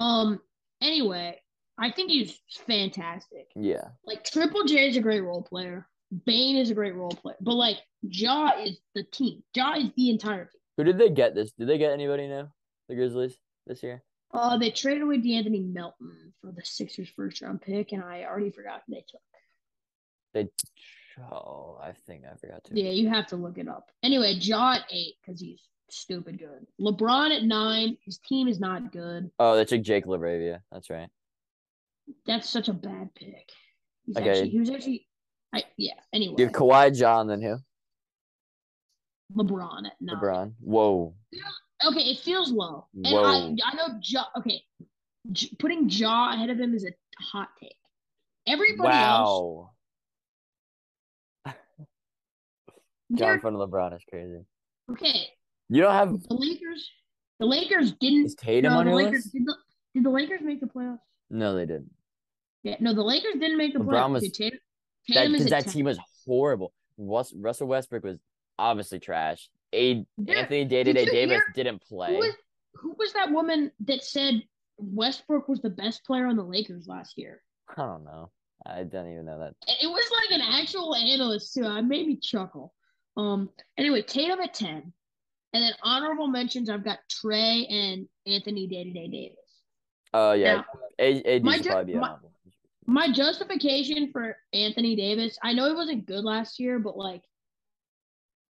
Um, anyway, I think he's fantastic.
Yeah,
Like, Triple J is a great role player. Bane is a great role player. But, like, Ja is the team. Ja is the entire team.
who did they get this? Did they get anybody new? The Grizzlies this year?
Uh, they traded away D'Anthony Melton for the Sixers first round pick, and I already forgot who they took.
They. Oh, I think I forgot to.
Yeah, you have to look it up. Anyway, Jaw at eight because he's stupid good. LeBron at nine. His team is not good.
Oh, they took Jake Laravia. That's right.
That's such a bad pick. He's
Okay.
actually he was actually, I yeah. Anyway,
You have Kawhi, Jaw, and then who?
LeBron at nine.
LeBron. Whoa.
Okay, it feels low. And
Whoa.
I I know Jaw. Okay, J- putting Jaw ahead of him is a hot take. Everybody else,
Wow. Jaw in
they're-
front of LeBron is crazy.
okay.
You don't have
The Lakers, the Lakers didn't.
is Tatum
No,
on
the
your
Lakers,
list?
did, the, did the Lakers make the playoffs?
No, they didn't.
Yeah, no, the Lakers didn't make the
LeBron
playoffs.
was-
Dude, Tatum,
That
Tatum is
because
a
that
10.
team was horrible. Rus- Russell Westbrook was obviously trash. A
Yeah.
Anthony Day to Day
Did you hear-
Davis didn't play.
Who was, who was that woman that said Westbrook was the best player on the Lakers last year?
I don't know. I don't even know that.
It was like an actual analyst too. It made me chuckle. Um. Anyway, Tatum at ten, and then honorable mentions. I've got Trey and Anthony Day to Day Davis.
Oh yeah,
Now,
A- AD
my
should
ju-
probably be
my-
honorable.
my justification for Anthony Davis. I know he wasn't good last year, but like,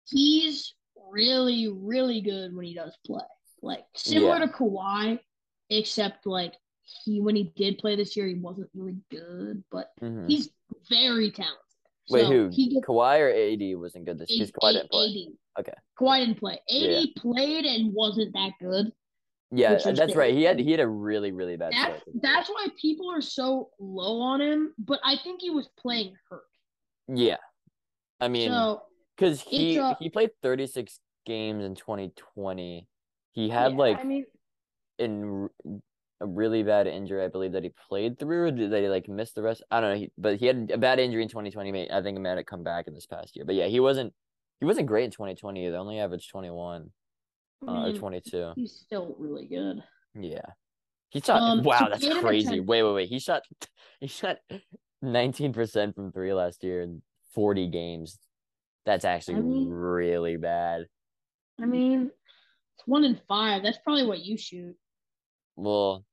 he's really, really good when he does play. Like similar
Yeah.
to Kawhi, except like he when he did play this year, he wasn't really good, but
Mhm.
he's very talented.
Wait,
so
who?
He gets
Kawhi or AD wasn't good this year.
A-
Because Kawhi didn't play.
AD.
Okay.
Kawhi didn't play. AD
Yeah.
played and wasn't that good.
Yeah, uh,
which is
that's
the-
right. He had he had a really really bad
That's
start.
that's why people are so low on him. But I think he was playing hurt.
Yeah, I mean,
so
because he
a-
he played thirty six games in twenty twenty. He had
yeah,
like
I mean,
in r- a really bad injury, I believe that he played through. Or did they like miss the rest? I don't know. He, but he had a bad injury in 2020. mate. I think he might have come back in this past year. But yeah, he wasn't he wasn't great in 2020. They only averaged 21
I
uh, or
mean,
22.
he's still really good.
Yeah, he shot.
Um, so
wow, that's
Tatum at
crazy.
10.
Wait, wait, wait. He shot he shot 19 percent from three last year in 40 games. That's actually
I mean-
really bad.
I mean, it's one in five. That's probably what you shoot.
Well,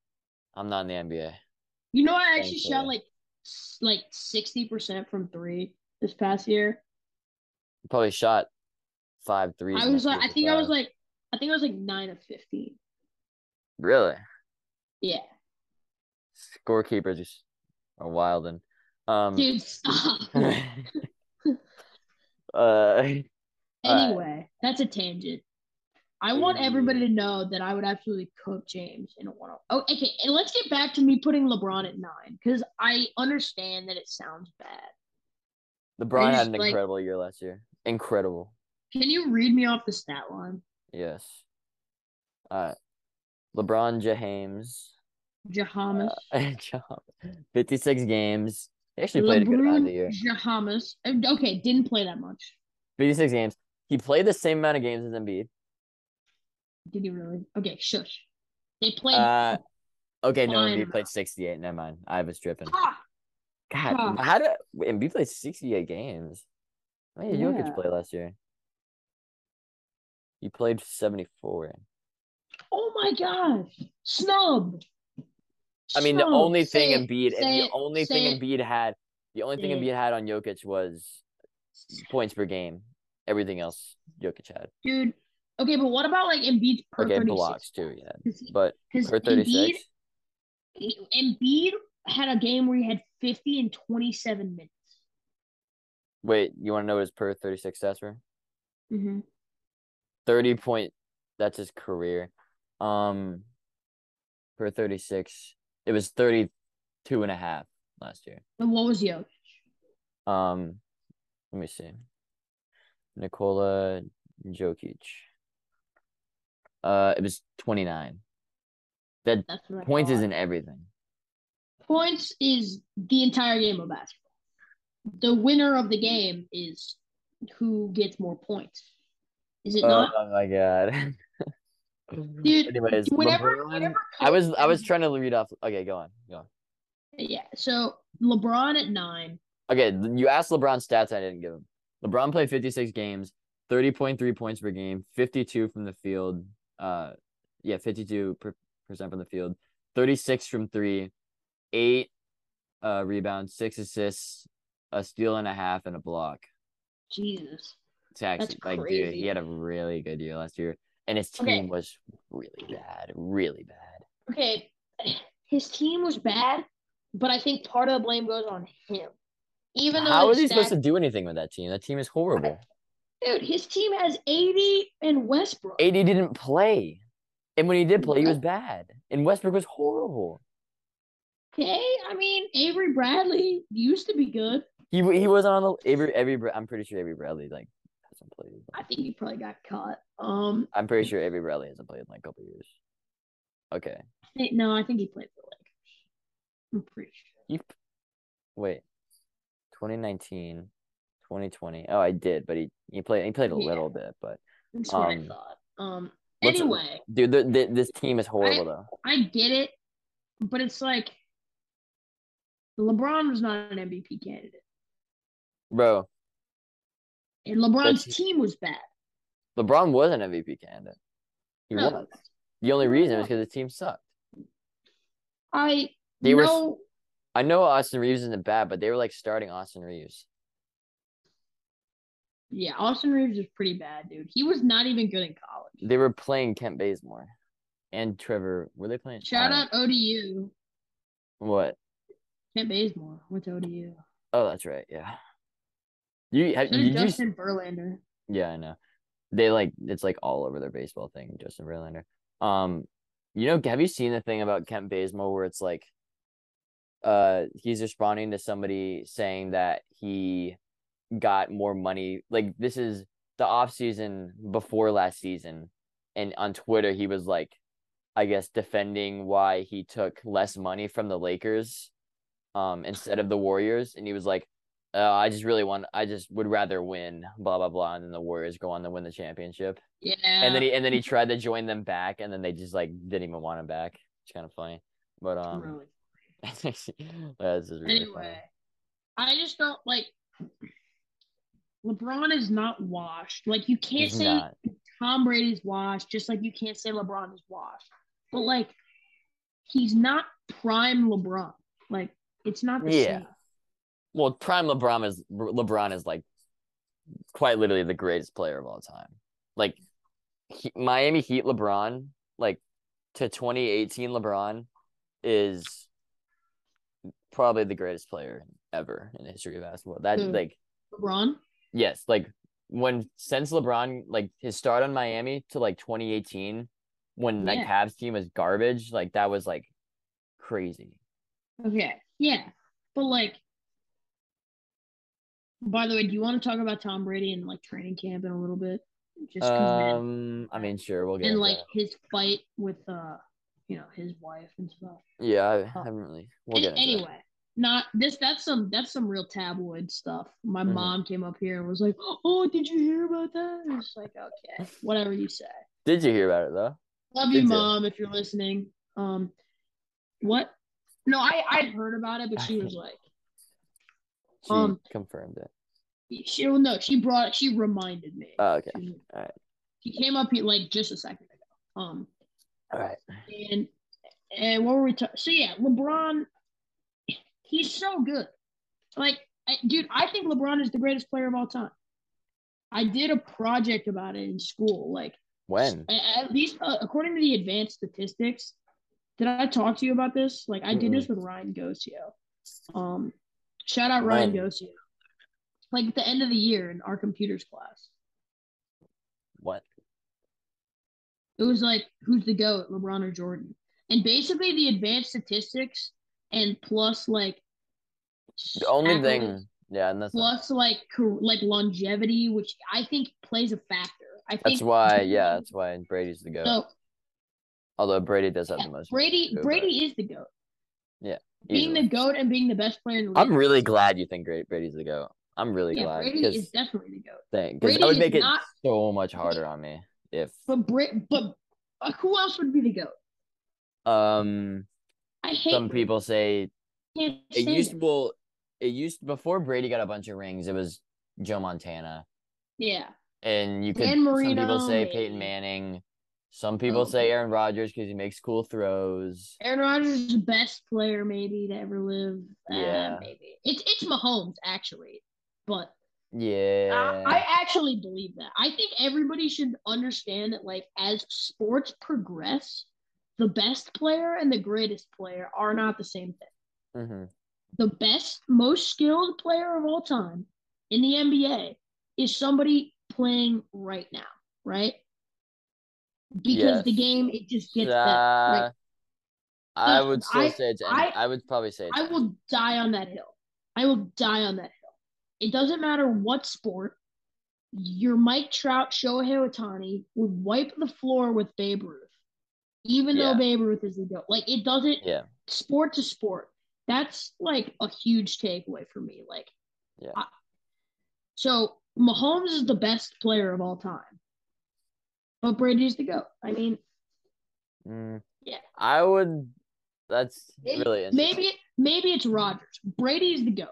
I'm not in the NBA.
You know, I actually shot
Thankfully.
like s- like sixty percent from three this past year.
Probably shot five threes.
I
in
was
that
like, I
group of
think I was
five.
like, I think I was like nine of fifteen.
really.
Yeah,
scorekeepers is- are wild and um
dude, stop.
uh Alright.
anyway, that's a tangent. I want
Mm.
everybody to know that I would absolutely cook James in a one. Oh, okay. And let's get back to me putting LeBron at nine because I understand that it sounds bad.
LeBron had
just
an
like-
incredible year last year. Incredible.
Can you read me off the stat line?
Yes. All right. LeBron James.
Jahamas.
Fifty six games. He Uh, actually played a good amount of the year.
Jahamas. Uh, Okay, didn't play that much.
Fifty six games. He played the same amount of games as Embiid.
Did he really? Okay, shush. They played.
Uh okay, no,
Fine
Embiid
amount.
played sixty eight. Never mind. I was tripping.
Ah,
God,
Huh.
how did Embiid play sixty eight games? How did
Yeah.
Jokic play last year? He played seventy four.
oh my gosh. Snub.
I mean, the
Snub.
only
Say
thing
it,
Embiid and
say
the
it,
only
say
thing
it.
Embiid had, the only thing
Say it.
Embiid had on Jokic was points per game. Everything else Jokic had.
Dude. Okay, but what about like Embiid's per
Okay,
36?
blocks too. Yeah,
Because
but per thirty
Embiid,
six.
Embiid had a game where he had 50 and 27 minutes.
Wait, you want to know what his per thirty six stats were?
Mm-hmm.
Thirty point. That's his career. Um, per thirty six, it was thirty two and a half last year.
And what was Jokic?
Um, let me see. Nikola Jokic. Uh, it was 29.
Oh
That
That's what I
points
thought.
isn't everything.
points is the entire game of basketball. The winner of the game is who gets more points. Is it
Oh
not?
my god.
Dude,
Anyways,
whenever,
LeBron-
whenever
I was I was trying to read off. Okay, go on, go on.
yeah. So LeBron at nine.
Okay, th- you asked LeBron stats, I didn't give him. LeBron played 56 games, 30.3 points per game, 52 from the field. Uh, yeah, 52 per- percent from the field, 36 from three, eight uh rebounds, six assists, a steal and a half, and a block.
Jesus.
It's actually
That's
like dude,
crazy.
he had a really good year last year, and his team
Okay.
was really bad, really bad.
Okay, his team was bad, but I think part of the blame goes on him. Even though
How
his
is he supposed
stats-
to do anything with that team? That team is horrible.
dude, his team has eighty and Westbrook.
AD didn't play. And when he did play, he was
Right.
bad. And Westbrook was horrible.
Okay, I mean Avery Bradley used to be good.
He w- he wasn't on the every every Bra- I'm pretty sure every Bradley like hasn't played. in,
I
like-
think he probably got caught. Um,
I'm pretty sure every Bradley hasn't played in like a couple years. Okay,
Hey, No, I think he played for Lakers. I'm pretty sure.
he p- wait, 2019, 2020. Oh, I did, but he he played he played a
Yeah.
little bit, but
That's what I
Um,
thought. Um.
let's-
Anyway,
dude, the, the, this team is horrible though.
I get it, but it's like LeBron was not an MVP candidate,
Bro,
and LeBron's
That's-
team was bad.
LeBron was an MVP candidate. He
No.
was. The only reason was because the team sucked.
I
They were-
know
I know Austin Reeves isn't bad, but they were like starting Austin Reeves.
yeah, Austin Reeves is pretty bad, dude. He was not even good in college.
They were playing Kent Bazemore and Trevor. Were they playing? I
Shout
don't-
out ODU.
What?
Kent Bazemore went to ODU.
Oh, that's right. Yeah. You have
Should
did
have
you? s-
Justin Verlander.
Yeah, I know. They like it's like all over their baseball thing. Justin Verlander. Um, you know, have you seen the thing about Kent Bazemore where it's like, uh, he's responding to somebody saying that he got more money. Like this is the off season before last season, and on Twitter he was like, I guess defending why he took less money from the Lakers, um, instead of the Warriors, and he was like, "Uh, I just really want, I just would rather win, blah blah blah, and then the Warriors go on to win the championship,
Yeah.
and then he and then he tried to join them back, and then they just like didn't even want him back. It's kind of funny, but um,
Really.
that's just really funny.
anyway, I just don't like LeBron is not washed. Like you can't
He's
say
not.
Tom Brady's washed, just like you can't say LeBron is washed. But like he's not prime LeBron. Like it's not the
Yeah.
same.
Well, prime LeBron is LeBron is like quite literally the greatest player of all time. Like he, Miami Heat LeBron, like to 2018 LeBron is probably the greatest player ever in the history of basketball. That
Hmm.
like
LeBron?
yes, like when since LeBron like his start on Miami to like 2018 when that
Yeah.
Cavs team was garbage, like that was like crazy.
Okay. Yeah. But like by the way, do you want to talk about Tom Brady and like training camp in a little bit? Just 'cause, man,
Um I mean sure, we'll get
and
into
like
that.
his fight with uh you know his wife and stuff.
Yeah, I haven't really. We'll
Any-
get into that.
anyway, not this. That's some. That's some real tabloid stuff. My
Mhm.
mom came up here and was like, "Oh, did you hear about that?" I was like, "Okay, whatever you say."
Did you hear about it though?
Love
Did
you,
you?
mom, if you're listening. Um, what? No, I I'd heard about it, but she was like,
She
Um,
confirmed it.
she well, no, she brought it. She reminded me.
Oh, okay.
She,
Alright.
she came up here like just a second ago. Um,
All right.
and and what were we talking? So yeah, LeBron, he's so good. Like, I, dude, I think LeBron is the greatest player of all time. I did a project about it in school. Like,
When?
a- at least uh, according to the advanced statistics, did I talk to you about this? Like, I did
Mm-mm.
this with Ryan Gosio. Um, shout out Ryan
When?
Gosio. Like at the end of the year in our computers class,
What?
it was like who's the goat, LeBron or Jordan? And basically the advanced statistics and plus like
The only
accolades,
thing. Yeah, and that's
plus like car- like longevity, which I think plays a factor. I think
that's why. Yeah, that's why Brady's the goat.
So
Although Brady does have
yeah,
the most.
Brady
but
Brady is the goat.
Yeah,
being the
easily.
goat and being the best player in the
I'm
league.
really glad you think great Brady's the goat. I'm really
yeah,
glad
Brady is
because
definitely the goat.
because
Brady
that would
is
make it
not-
so much harder on me if
But Brit, but uh, who else would be the goat?
um
I hate
some
Brady.
people say
I can't
it
stand
used
him.
well it used before Brady got a bunch of rings it was Joe Montana
Yeah,
And you could
Dan
some people
Marino,
say
maybe.
Peyton Manning. Some people
Oh,
say
yeah.
Aaron Rodgers because he makes cool throws.
Aaron Rodgers is the best player maybe to ever live. Uh,
Yeah.
maybe it's it's Mahomes actually, but
Yeah.
I, I actually believe that. I think everybody should understand that, like, as sports progress, the best player and the greatest player are not the same thing.
Mhm.
The best, most skilled player of all time in the NBA is somebody playing right now, right? Because
Yes.
the game, it just gets better.
Uh, I
Listen,
would still
I-
say it's.
I-
I would probably say it's.
I will die on that hill. I will die on that hill. It doesn't matter what sport. Your Mike Trout, Shohei Otani would wipe the floor with Babe Ruth, even
Yeah.
though Babe Ruth is the goat. Like it doesn't.
Yeah.
Sport to sport, that's like a huge takeaway for me. Like.
Yeah.
I- so Mahomes is the best player of all time, but Brady's the goat. I mean,
Mm.
Yeah.
I would. That's
Maybe-
really interesting.
maybe maybe it's Rodgers. Brady's the goat.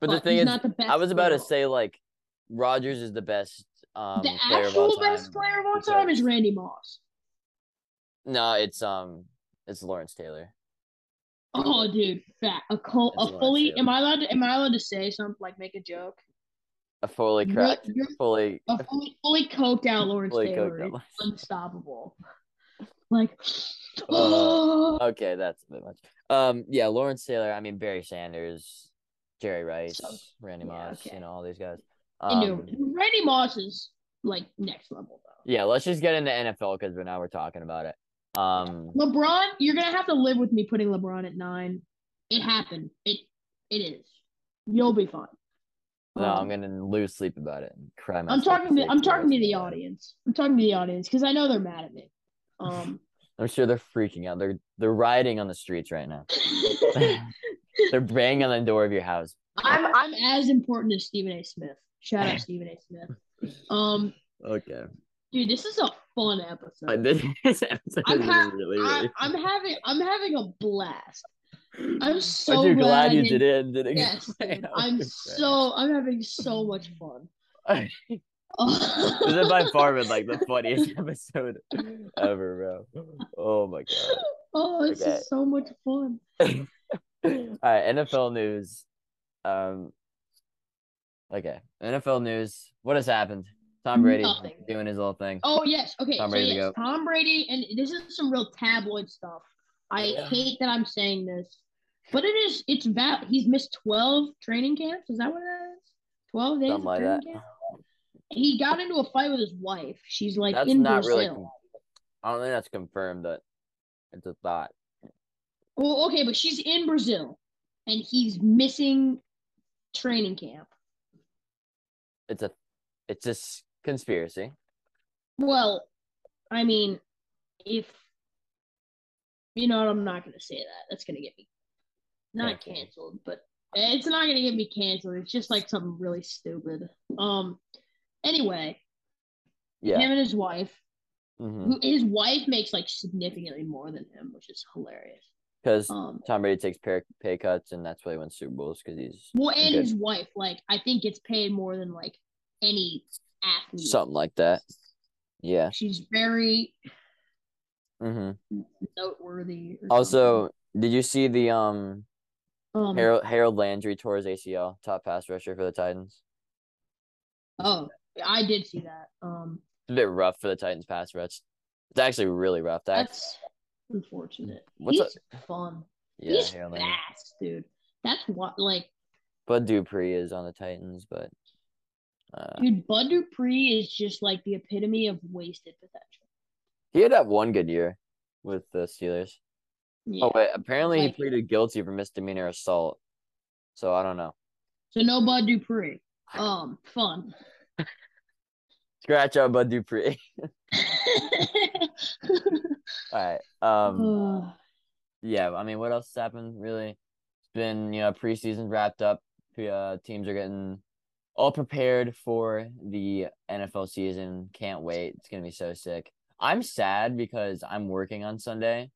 But, the thing
he's
is,
not the best
I was about
player
to
of all
say like Rogers is the best um
the
player of all
actual
time.
best player of all time is Randy Moss.
No, it's um it's Lawrence Taylor.
Oh, dude, fat a col-
That's
a
what I
fully.
feel.
Am I allowed? To, am I allowed to say something like make a joke?
A fully
You're-
cracked
you're
fully
a fully, fully coked out Lawrence
fully
Taylor.
coked up.
is Unstoppable. Like,
Uh, Okay, that's a bit much. Um yeah, Lawrence Taylor, I mean Barry Sanders, Jerry Rice,
So-
Randy
yeah,
Moss,
okay.
you know, all these guys.
and you-
Um,
Randy Moss is like next level though.
yeah, let's just get into NFL because now we're talking about it. Um
LeBron, you're gonna have to live with me putting LeBron at nine. It happened. It it is. You'll be fine.
no, I'm
Um,
gonna lose sleep about it and cry myself
I'm talking to
sleep
I'm
for
talking to
rest of
the
my life.
audience. I'm talking to the audience because I know they're mad at me. Um,
I'm sure they're freaking out. They're they're rioting on the streets right now.
I'm
they're banging on the door of your house.
I'm as important as Stephen A. Smith. Shout out Stephen A. Smith. Um,
Okay.
dude, this is a fun episode.
I did this episode
I'm
is
ha-
really,
I,
really.
I'm having I'm having a blast. I'm so
Aren't you
glad,
glad
I
you
didn't-
did it and did it.
Yes, dude. I'm so I'm having so much fun.
This is by far been like the funniest episode ever, bro. Oh my god.
Oh, it's
Okay.
just so much fun.
All right, NFL news. Um Okay. NFL news. What has happened? Tom Brady
Nothing.
doing his little thing.
Oh yes, okay.
Tom
so
Brady to
yes,
go.
Tom Brady, and this is some real tabloid stuff. I
Yeah.
hate that I'm saying this, but it is. It's about he's missed twelve training camps. Is that what it is? Twelve days.
Something
of
like
training
that.
Camp? He got into a fight with his wife. She's like
That's
in
not
Brazil.
really con- I don't think that's confirmed, but it's a thought.
Well, okay, but she's in Brazil, and he's missing training camp.
It's a it's just conspiracy.
Well, I mean, if you know what, I'm not gonna say that. That's gonna get me not
Canceled.
canceled, but it's not gonna get me canceled. It's just like something really stupid. Um. Anyway,
Yeah.
him and his wife.
hmm
Who, his wife makes like significantly more than him, which is hilarious.
Because
Um.
Tom Brady takes pay, pay cuts, and that's why he wins Super Bowls because he's
Well, and
good.
his wife, like, I think gets paid more than like any athlete.
something like that. Yeah.
She's very
hmm
noteworthy. or
Also, did you see the um
something. um,
Harold, Harold Landry tore his ACL, top pass rusher for the Titans?
oh, I did see that. Um,
It's a bit rough for the Titans pass rush. It's actually really rough. That's
that's unfortunate.
What's
He's fun.
yeah,
He's
Harold Landry.
fast, dude. That's what, like,
Bud Dupree is on the Titans, but uh,
dude. Bud Dupree is just like the epitome of wasted potential.
he had that one good year with the Steelers.
Yeah.
Oh wait, apparently he
Like-
pleaded guilty for misdemeanor assault. So I don't know.
So no Bud Dupree. Um, fun.
Scratch out Bud Dupree. All right. Um.
Ugh.
Yeah. I mean, what else has happened? Really, it's been you know preseason wrapped up. P- Uh, teams are getting all prepared for the NFL season. Can't wait. It's gonna be so sick. I'm sad because I'm working on Sunday,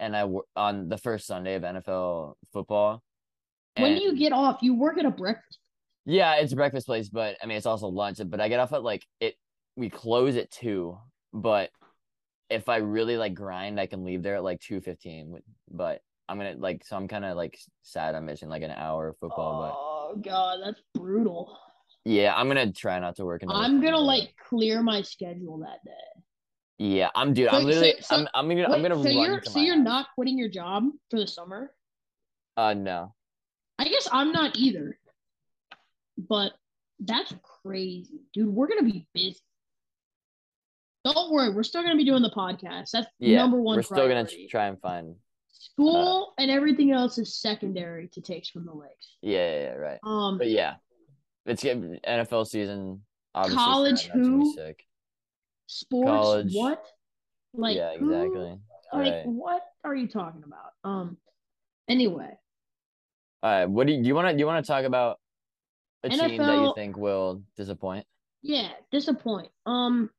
and I wor- on the first Sunday of NFL football.
when do
and-
you get off? You work at a breakfast.
Yeah, it's a breakfast place, but I mean it's also lunch. But I get off at like it. We close at two, but if I really like grind, I can leave there at like two fifteen. But I'm gonna like so I'm kind of like sad I'm missing like an hour of football.
Oh god, that's brutal.
But yeah, I'm gonna try not to work. another
I'm gonna
Sunday.
like clear my schedule that day.
Yeah, I'm dude. I'm
So-
literally.
so-
I'm. I'm gonna. I'm
Wait,
gonna
so
run
you're
to
so
my
you're
house.
not quitting your job for the summer?
Uh no.
I guess I'm not either. But that's crazy, dude. We're gonna be busy. Don't worry, we're still gonna be doing the podcast. That's
Yeah,
number one.
We're still gonna
priority.
try and find.
School and everything else is secondary to takes from the lakes.
Yeah, yeah, yeah, right.
Um,
But yeah, it's getting NFL season. Obviously,
College
starting, that's gonna be
who?
Sick.
sports,
college.
what? Like
yeah,
who-
exactly.
like
right.
what are you talking about? Um, anyway,
All right. What do you, do you want to do? You want to talk about a team that you
NFL
think will disappoint?
Yeah, disappoint. Um,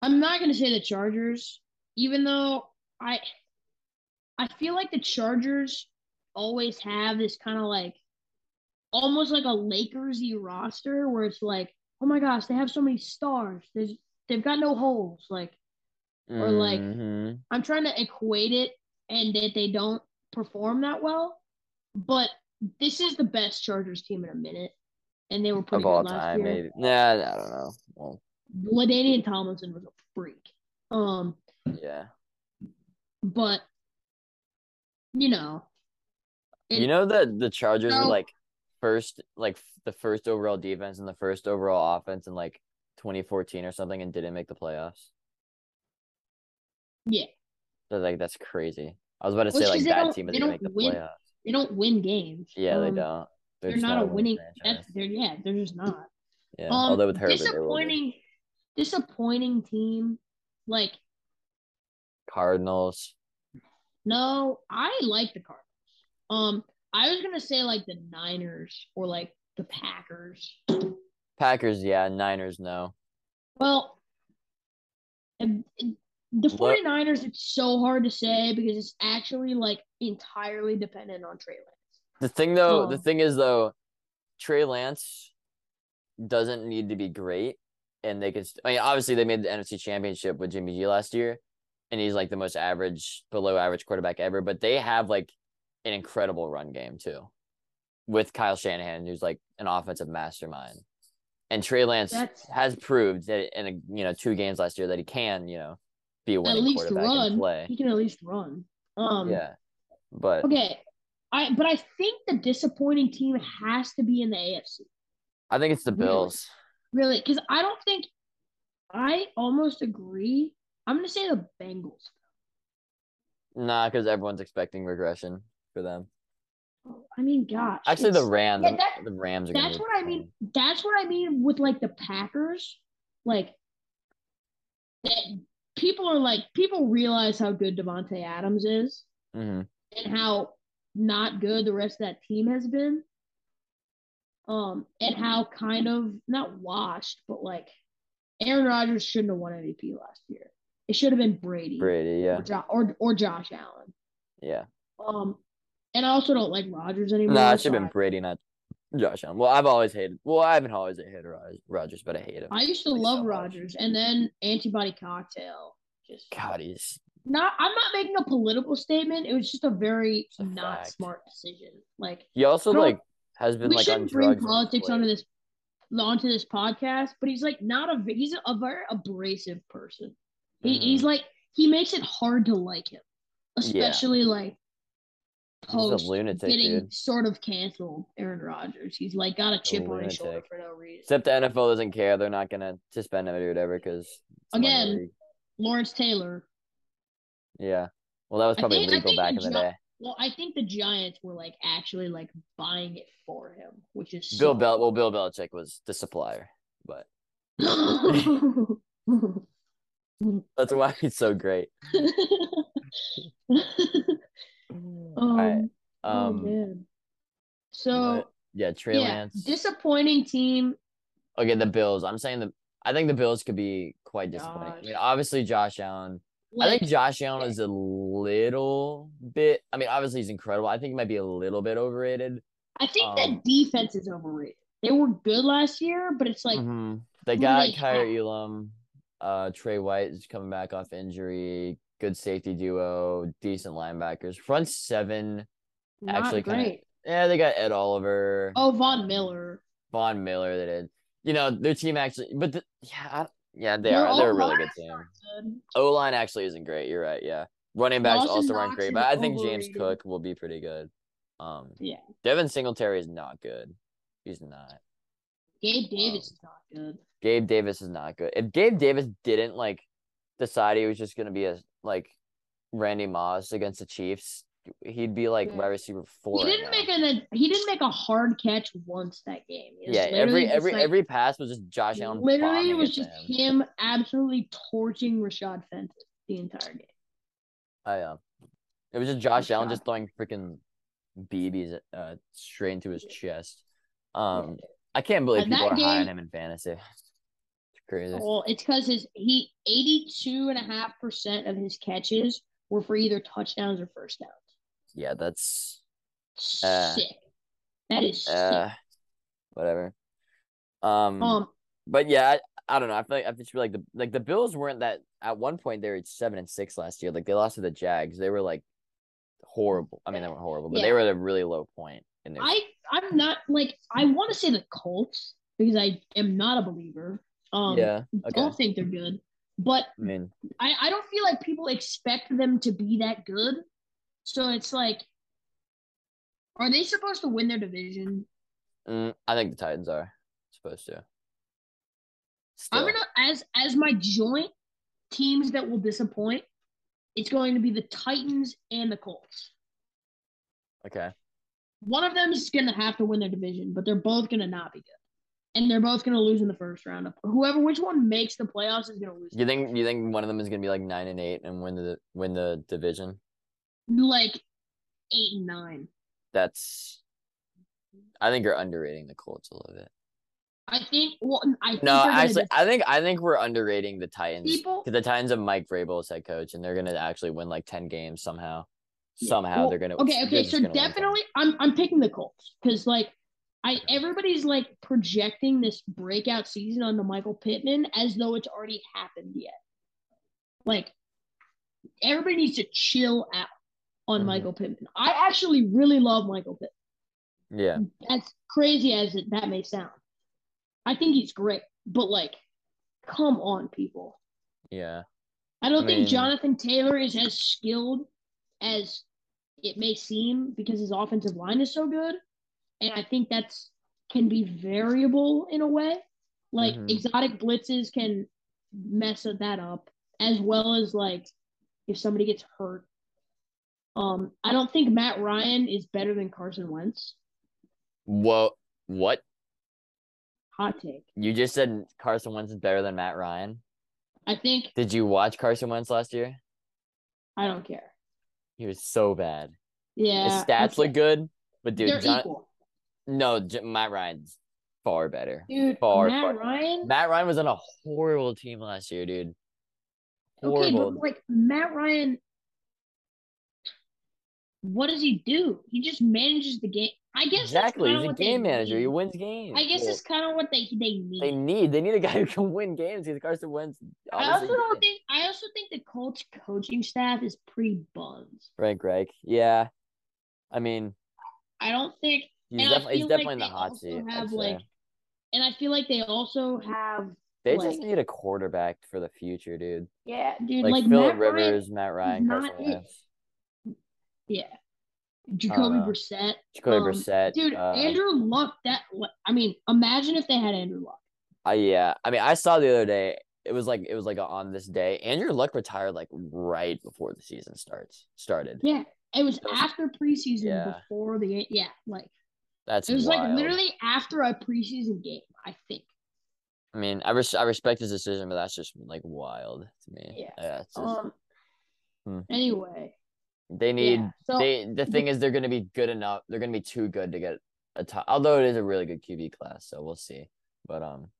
I'm not gonna say the Chargers, even though I, I feel like the Chargers always have this kind of like almost like a Lakersy roster where it's like, oh my gosh, they have so many stars. There's they've got no holes. Like or like-
Mhm.
I'm trying to equate it and that they don't perform that well, but this is the best Chargers team in a minute, and they were pretty
of all
good last
time,
year.
maybe. Nah, I don't know. Well,
Ladainian Tomlinson was a freak. Um,
yeah.
but you know, It-
you know that the Chargers were
No.
like first, like f- the first overall defense and the first overall offense in like 2014 or something, and didn't make the playoffs.
Yeah.
So, like that's crazy. I was about to
Well,
say like
'cause they
bad
don't-
team
they
is gonna
don't
make the
win.
playoffs.
they don't win games.
Yeah, they
Um,
don't.
They're,
just
not, a winning.
franchise.
That's they're yeah, they're just not.
yeah.
Um,
Although with Herbert, they will be.
disappointing, disappointing team. Like
Cardinals.
no, I like the Cardinals. Um, I was gonna say like the Niners or like the Packers.
Packers, yeah. Niners, no.
Well, and- and the
What-
49ers, it's so hard to say because it's actually like entirely dependent on Trey Lance.
The thing though, the
Oh.
thing is though, Trey Lance doesn't need to be great, and they can. St- I mean, obviously they made the NFC Championship with Jimmy G last year, and he's like the most average, below average quarterback ever. But they have like an incredible run game too, with Kyle Shanahan, who's like an offensive mastermind, and Trey Lance
That's-
has proved that in a, you know two games last year that he can you know be a
At
winning
least
quarterback and
run.
play.
He can at least run. Um,
yeah, but
Okay. I but I think the disappointing team has to be in the AFC.
I think it's the
Really?
Bills.
Really, because I don't think I almost agree. I'm gonna say the Bengals.
Nah, because everyone's expecting regression for them.
I mean, gosh.
Actually, the
it's-
Rams,
yeah, that-
the Rams are. gonna
That's
be
what I mean. That's what I mean with like the Packers. Like that people are like people realize how good Devonte Adams is
Mhm.
and how not good the rest of that team has been. Um, and how kind of not washed, but like Aaron Rodgers shouldn't have won MVP last year. It should have been Brady,
Brady,
Or,
yeah,
jo- or or Josh Allen.
yeah.
Um, and I also don't like Rodgers anymore.
Nah, it should
so
have been Brady, not Josh Allen. Well, I've always hated. Well, I haven't always hated Rod- Rodgers, but I hate him.
I used to
Like, so
love
much.
Rodgers, and then antibody cocktail. Just
God, he's
not. I'm not making a political statement. It was just a very
a
not
fact.
smart decision. Like
he also
I don't-
like has been
we
like on
shouldn't bring
drugs.
politics onto this onto this podcast. But he's like not a. He's a very abrasive person. He,
Mm-hmm.
He's like he makes it hard to like him, especially like
He's
post
a lunatic,
getting
dude.
sort of canceled. Aaron Rodgers. He's like got a chip on his shoulder
lunatic.
for no reason.
Mm-hmm. Except the NFL doesn't care. They're not gonna suspend him or whatever because
Again, Lawrence Taylor.
yeah. Well, that was
I
probably
think- I
legal
think
back
the
in the
Gi-
day.
Well, I think the Giants were like actually like buying it for him, which is
Bill
so-
Bel well, Bill Belichick was the supplier, but that's why he's so great.
um,
All right.
oh,
Um,
man. So
yeah, Trey
yeah,
Lance.
disappointing team.
okay, the Bills. I'm saying the. I think the Bills could be quite disappointing. I mean,
Josh.
obviously Josh Allen. I
Like,
think Josh Allen is a little bit. I mean, obviously he's incredible. I think he might be a little bit overrated.
I think
um,
that defense is overrated. They were good last year, but it's like
Mhm. they
who do
got
they
Kyrie Elam. Uh, Trey White is coming back off injury. Good safety duo. Decent linebackers. Front seven.
not
actually kinda-
great.
Yeah, they got Ed Oliver.
Oh, Von Miller.
Von Miller. They did. You know their team actually, but the, yeah, I, yeah, they
Their
are. They're a
O
really
line
good team.
Um,
O line actually isn't great. You're right. Yeah, running backs
Dawson
also
Knox
aren't great,
is
but I think James
overrated.
Cook will be pretty good. Um,
Yeah.
Devin Singletary is not good. He's not.
Gabe Davis is not good.
Gabe Davis is not good. If Gabe Davis didn't like decide he was just gonna be a like Randy Moss against the Chiefs, he'd be like
Yeah.
wide receiver four.
He
right
didn't
now.
make an he didn't make a hard catch once that game. It was
Yeah,
literally
every
just,
every
like-
every pass was just Josh Allen.
literally it
bombing
was
it
just
to him.
him absolutely torching Rashad Fenton the entire game.
I um, it was just Josh Allen
God.
just throwing freaking BBs uh straight into his
Yeah.
chest. Um, I can't believe
And
people are
that
high on
game- Oh.
him in fantasy. It's crazy.
Well, it's because his he eighty two and a half percent of his catches were for either touchdowns or first downs.
Yeah, that's Uh,
sick. That is sick.
Uh, whatever. Um,
Um,
but yeah, I, I don't know. I feel like I feel like the like the Bills weren't that at one point they were seven and six last year. Like they lost to the Jags. They were like horrible. I mean, they weren't horrible, but they
Yeah.
were at a really low point in their.
I I'm not like I want to say the Colts because I am not a believer. Um,
yeah. Okay.
don't think they're good, but
I mean,
I, I don't feel like people expect them to be that good. So it's like, are they supposed to win their division?
mm, I think the Titans are supposed to.
I'm
Still.
gonna as as my joint teams that will disappoint. It's going to be the Titans and the Colts.
Okay.
One of them is gonna have to win their division, but they're both gonna not be good, and they're both gonna lose in the first round. Whoever, which one makes the playoffs is gonna lose.
You think you think one of them is gonna be like nine and eight and win the win the division?
Like eight and nine.
That's. I think you're underrating the Colts a little bit.
I think. Well, I think
No,
they're gonna
actually,
dis-
I think I think we're underrating the Titans.
People-
'Cause the Titans have Mike Vrabel as head coach, and they're gonna actually win like ten games somehow.
Yeah.
Somehow
Well,
they're gonna.
Okay,
they're
okay,
just
so
gonna win 10.
definitely I'm I'm picking the Colts because like I everybody's like projecting this breakout season on the Michael Pittman as though it's already happened yet. Like everybody needs to chill out on
Mhm.
Michael Pittman. I actually really love Michael Pittman.
Yeah,
As crazy as it, that may sound. I think he's great, but like come on people.
yeah,
I don't
I
think
mean-
Jonathan Taylor is as skilled as it may seem because his offensive line is so good. And I think that's can be variable in a way. Like
Mhm.
exotic blitzes can mess that up, as well as like if somebody gets hurt. Um, I don't think Matt Ryan is better than Carson Wentz.
Whoa, what
Hot take.
you just said? Carson Wentz is better than Matt Ryan.
I think
Did you watch Carson Wentz last year?
I don't care.
He was so bad.
Yeah,
His stats
okay.
look good, but
they're
dude, John,
equal.
no, J- Matt Ryan's far better.
Dude,
far,
Matt
far-
Ryan.
Matt Ryan was on a horrible team last year, dude.
Okay,
Horrible.
but like Matt Ryan, what does he do? He just manages the game. I guess that's
exactly.
kinda
He's a
what they
game manager. He
need.
wins games.
I guess
Well,
that's kind of what they they need.
they need. They need a guy who can win games because Carson Wentz.
I also
obviously
don't
can't.
think. I also think the Colts coaching staff is pretty buns.
Frank Reich. Yeah, I mean,
I don't think.
he's
and I
definitely he's
feel
definitely
like
in the
they
hot
also
seat. I'd
have,
say.
like, And I feel like they also have.
they just
like-
need a quarterback for the future, dude.
Yeah, dude.
Like,
Like,
Philip
Matt Ryan,
Rivers, Matt Ryan,
not e
Carson
it.
Wentz,
yeah. Jacoby
know.
Brissett,
Jacoby
Um,
Brissett.
dude.
uh,
Andrew Luck. That. I mean, imagine if they had Andrew Luck.
uh, yeah, I mean, I saw the other day. It was like it was like a, on this day. Andrew Luck retired like right before the season starts started.
Yeah, it was
Those-
after preseason
Yeah.
before the game. Yeah, like
That's
it was
wild.
like literally after a preseason game, I think.
I mean, I res- I respect his decision, but that's just like wild to me.
Yeah.
it's just-
Um.
Hmm.
Anyway,
they need
yeah. So
they the thing is they're going to be good enough. They're going to be too good to get a top. Although it is a really good QB class, so we'll see. But um,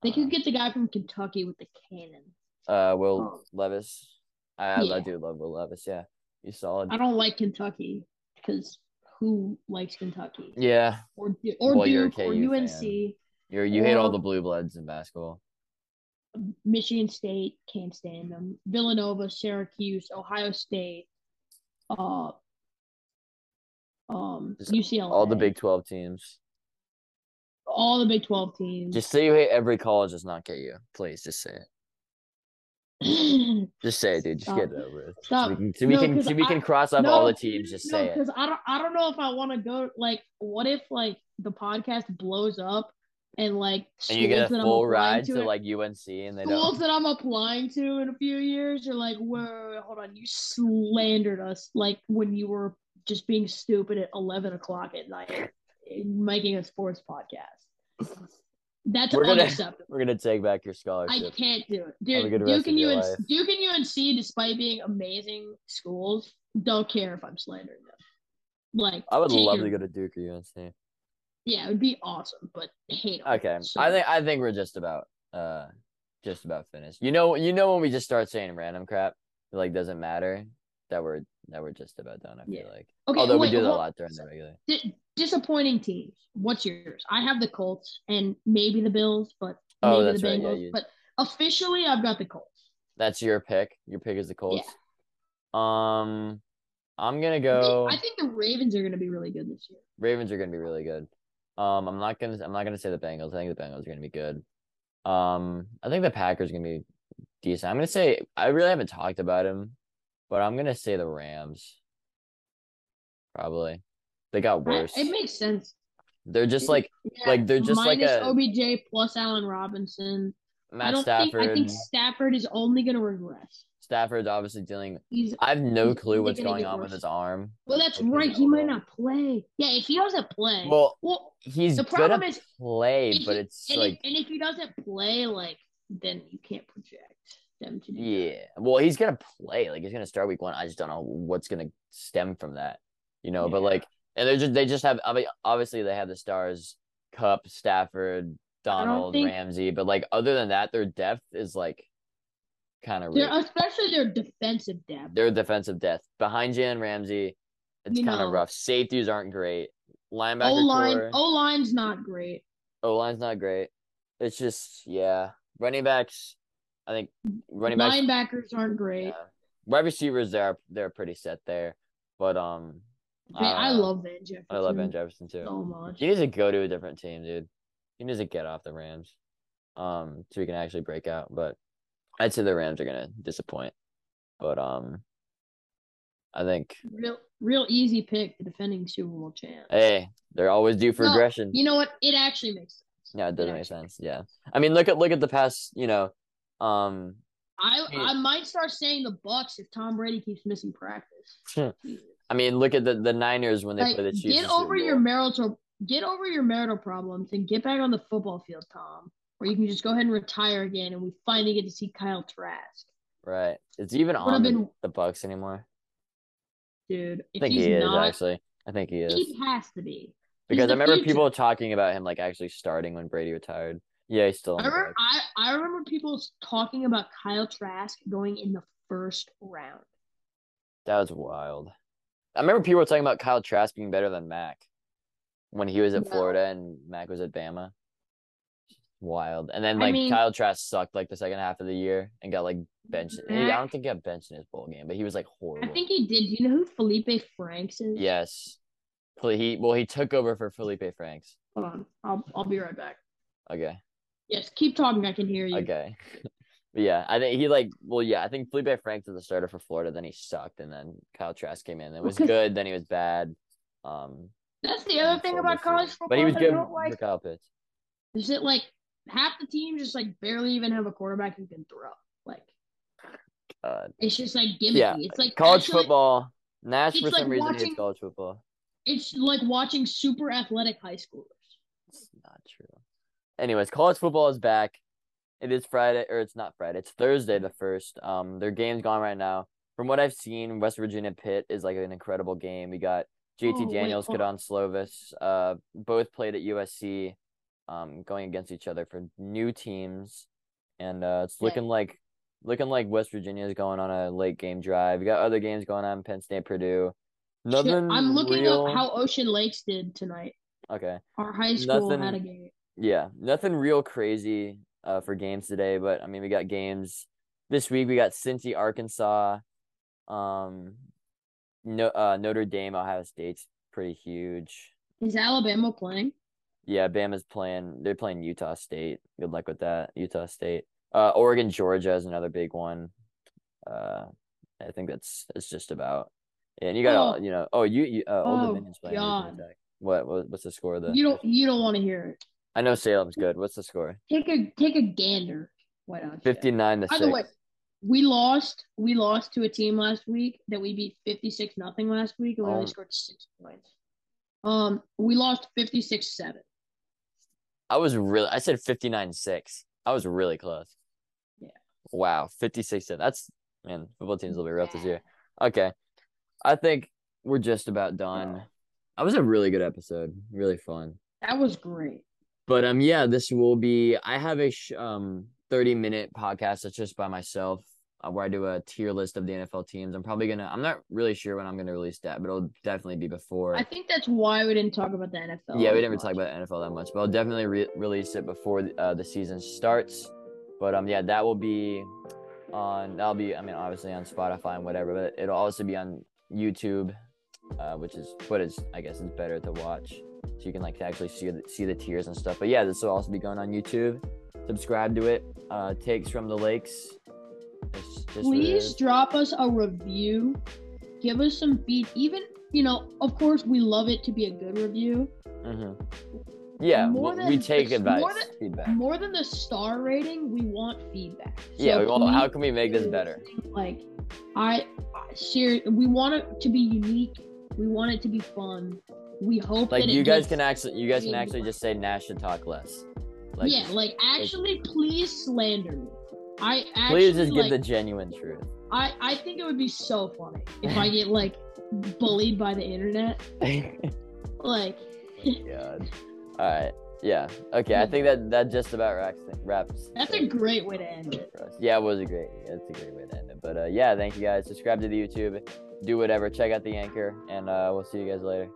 they
uh,
could get the guy from Kentucky with the cannon.
uh Will
um,
Levis. I, I
yeah.
do love Will Levis. Yeah, he's solid.
I don't like Kentucky because who likes Kentucky
Yeah,
or Du- or
Well, you're a
Duke or
KU fan.
UNC,
you're you hate all
Or-
the blue bloods in basketball.
Michigan State can't stand them, Villanova, Syracuse, Ohio State, uh, um,
Just
UCLA,
All the Big Twelve teams.
all the Big Twelve teams.
Just say you hate every college that's not KU. Please, just say it. Just say it, dude. Just get it
Stop.
over with. So
Stop.
we can so we
No,
can
'cause
so we
I-
can cross off
no,
all the teams. Just say it.
because I don't, I don't know if I want to go. Like, what if like the podcast blows up and like
And you get a
schools that I'm
full
applying
ride to
in-
like UNC, and they don't.
schools that I'm applying to in a few years are like, wait, wait, wait, hold on, you slandered us like when you were just being stupid at 11 o'clock at night making a sports podcast. That's
We're gonna-
unacceptable.
We're gonna take back your
I
scholarship.
can't do it,
Have a
dude.
good rest
Duke and
of your
UNC,
life.
Duke and UNC, despite being amazing schools, don't care if I'm slandering them. Like
I would
take
love
your-
to go to Duke or UNC.
Yeah, it would be awesome, but hate 'em.
Okay,
So-
I think I think we're just about uh just about finished. You know, you know when we just start saying random crap, it, like doesn't matter that we're that we're just about done. I
Yeah.
feel like,
Okay,
although
wait,
we do that a
well,
lot during the regular.
di- disappointing teams. What's yours? I have the Colts and maybe the Bills, but
Oh,
maybe
that's
the
right, yeah,
Bengals.
you-
But officially, I've got the Colts.
That's your pick. Your pick is the Colts. Um, I'm gonna
I think-
go.
I think the Ravens are going to be really good this year.
Ravens are gonna be really good. Um, I'm not gonna. I'm not gonna say the Bengals. I think the Bengals are gonna be good. Um, I think the Packers are gonna be decent. I'm gonna say I really haven't talked about him, but I'm gonna say the Rams. Probably, they got
I-
worse.
it makes sense.
They're just
it-
like
Yeah,
Like, they're just like
minus
a-
OBJ plus Allen Robinson. I
Matt
don't
Stafford.
think I think Stafford is only going to regress.
Stafford's obviously dealing.
He's
I have no
He's
clue
only
what's
gonna
going
get
on with
worse.
his arm.
well, that's
Like, his
right. He might
elbow.
not play. Yeah, if he doesn't play,
Well,
well
he's
The
gonna
problem is-
play,
if
but
he-
it's
and,
like
if, and if he doesn't play, like then you can't project them to. Do that.
Yeah. Well, he's gonna play. Like he's gonna start week one. I just don't know what's gonna stem from that. You know, but
Yeah.
like and they just they just have I mean, obviously they have the stars Cup, Stafford,
don't
Donald,
think-
Ramsey, but like other than that, their depth is like kind of
They're,
their,
especially their defensive depth.
their defensive depth. Behind Jalen Ramsey, it's
You
kind of
know.
rough. Safeties aren't great. Linebacker
O line,
core-
O line's not great.
O line's not great. It's just yeah. Running backs, I think running backs
Linebackers aren't great.
Yeah. Wide receivers, they're they're pretty set there, but um,
Van- I
uh,
love Van Jefferson.
I love Van Jefferson too.
so much.
He needs to go to a different team, dude. He needs to get off the Rams, um, so he can actually break out. But I'd say the Rams are gonna disappoint, but um, I think
Real, real easy pick, the defending Super Bowl champ.
hey, they're always due for
No,
aggression.
You know what? It actually makes sense.
yeah, it doesn't make
actually
sense. Yeah, I mean, look at look at the past. You know, um,
I,
Yeah.
I might start saying the Bucks if Tom Brady keeps missing practice. Jesus.
I mean, look at the the Niners when they
Like,
play the Chiefs. in
get
the Super
over
Bowl.
your marital get over your marital problems and get back on the football field, Tom. Or you can just go ahead and retire again, and we finally get to see Kyle Trask,
right. It's even
Would've
on the-
been-
the Bucks anymore.
dude.
I
If
think
he's
he is
not,
actually. I think he is
he has to be.
because I
the
remember
future.
people talking about him like actually starting when Brady retired. Yeah, he's still. on
I
the
remember,
Bucs.
I, I remember people talking about Kyle Trask going in the first round.
that was wild. I remember people were talking about Kyle Trask being better than Mac when he was at
Yeah.
Florida and Mac was at Bama. Wild, and then like
I mean-
Kyle Trask sucked like the second half of the year and got like benched. he- I
Mac-
don't think he got benched in his bowl game, but he was like
I
horrible.
think he did. Do you know who Felipe Franks is?
yes, Well, he well he took over for Felipe Franks.
Hold on. I'll, I'll be right back.
Okay.
Yes, keep talking. I can hear you.
Okay. But yeah, I think he like well, yeah, I think Felipe Franks was the starter for Florida, then he sucked, and then Kyle Trask came in and was
Okay.
good, then he was bad. Um
That's the other
and
thing
so
about
this
college
is-
football
But he was
that
good
I don't like
for Kyle Pitts.
is that like half the team just like barely even have a quarterback who can throw. Like
God.
it's just like gimmicky.
Yeah,
It's like
College
actually-
football. Nash
it's
for some
like
reason hates
watching-
college football.
It's like watching super athletic high schoolers.
It's not true. Anyways, college football is back. It is Friday, or it's not Friday. It's Thursday the first. Um, their game's gone right now. From what I've seen, West Virginia Pitt is like an incredible game. We got JT
Oh, wait,
Daniels,
hold
Kadon Slovis, uh, both played at USC, um, going against each other for new teams, and uh, it's
Yeah.
looking like looking like West Virginia is going on a late game drive. We got other games going on. Penn State, Purdue.
Shit,
Nothing.
I'm looking
real...
up how Ocean Lakes did tonight.
Okay.
Our high school
Nothing-
had a game.
Yeah, nothing real crazy uh for games today, but I mean we got games this week. We got Cincy, Arkansas, um, no uh Notre Dame, Ohio State's pretty huge.
Is Alabama playing?
Yeah, Bama's playing. They're playing Utah State. Good luck with that, Utah State. Uh, Oregon, Georgia is another big one. Uh, I think that's it's just about. And you got all
Oh.
you know. Oh, you, you uh, Old
Oh,
Dominion's playing Virginia
God.
Tech. What, what what's the score of the?
You don't you don't want to hear it.
I know Salem's good. What's the score?
Take a take a gander. Why not?
Fifty nine to
By
six.
the way, we lost we lost to a team last week that we beat 56 nothing last week and we
Um,
only scored 6 points. Um we lost 56-7.
I was really I said 59-6. I was really close.
Yeah.
Wow, 56 That's man, football teams will be rough this
Yeah.
year. Okay. I think we're just about done. That was a really good episode. Really fun.
That was great.
But um yeah, this will be I have a sh- um 30 minute podcast that's just by myself. uh, where I do a tier list of the NFL teams. I'm probably gonna. I'm not really sure when I'm gonna release that, but it'll definitely be before.
I think that's why we didn't talk about the NFL.
yeah, we
as
didn't really
much.
talk about NFL that much, but I'll definitely re- release it before uh, the season starts. But um, yeah, that will be on. That'll be. I mean, obviously on Spotify and whatever, but it'll also be on YouTube, uh, which is what is I guess is better to watch, so you can like actually see the, see the tiers and stuff. But yeah, this will also be going on YouTube. Subscribe to it. Uh, takes from the lakes. It's just what it
Please
is.
drop us a review. Give us some feed. Even you know, of course, we love it to be a good review.
Mhm. Yeah,
More
w-
than
we take
just-
advice,
more than-
feedback.
More than the star rating, we want feedback. So
yeah, we want, how
please
can we make this
do
better?
something Like, I, I ser- we want it to be unique. We want it to be fun. We hope
Like
that
you
it
guys
gets-
can actually, you guys can
Yeah.
actually just say Nash should talk less. Like,
yeah, like actually, please slander me. I actually
please just
like,
give the genuine truth.
I, I think it would be so funny if I get like bullied by the internet. Like,
Oh God. All right. Yeah. Okay. I think that that just about wraps wraps.
that's a
things
great way to end it.
for us. Yeah, it was a great. That's a great way to end it. But uh, yeah, thank you guys. Subscribe to the YouTube. Do whatever. Check out the anchor, and uh, we'll see you guys later.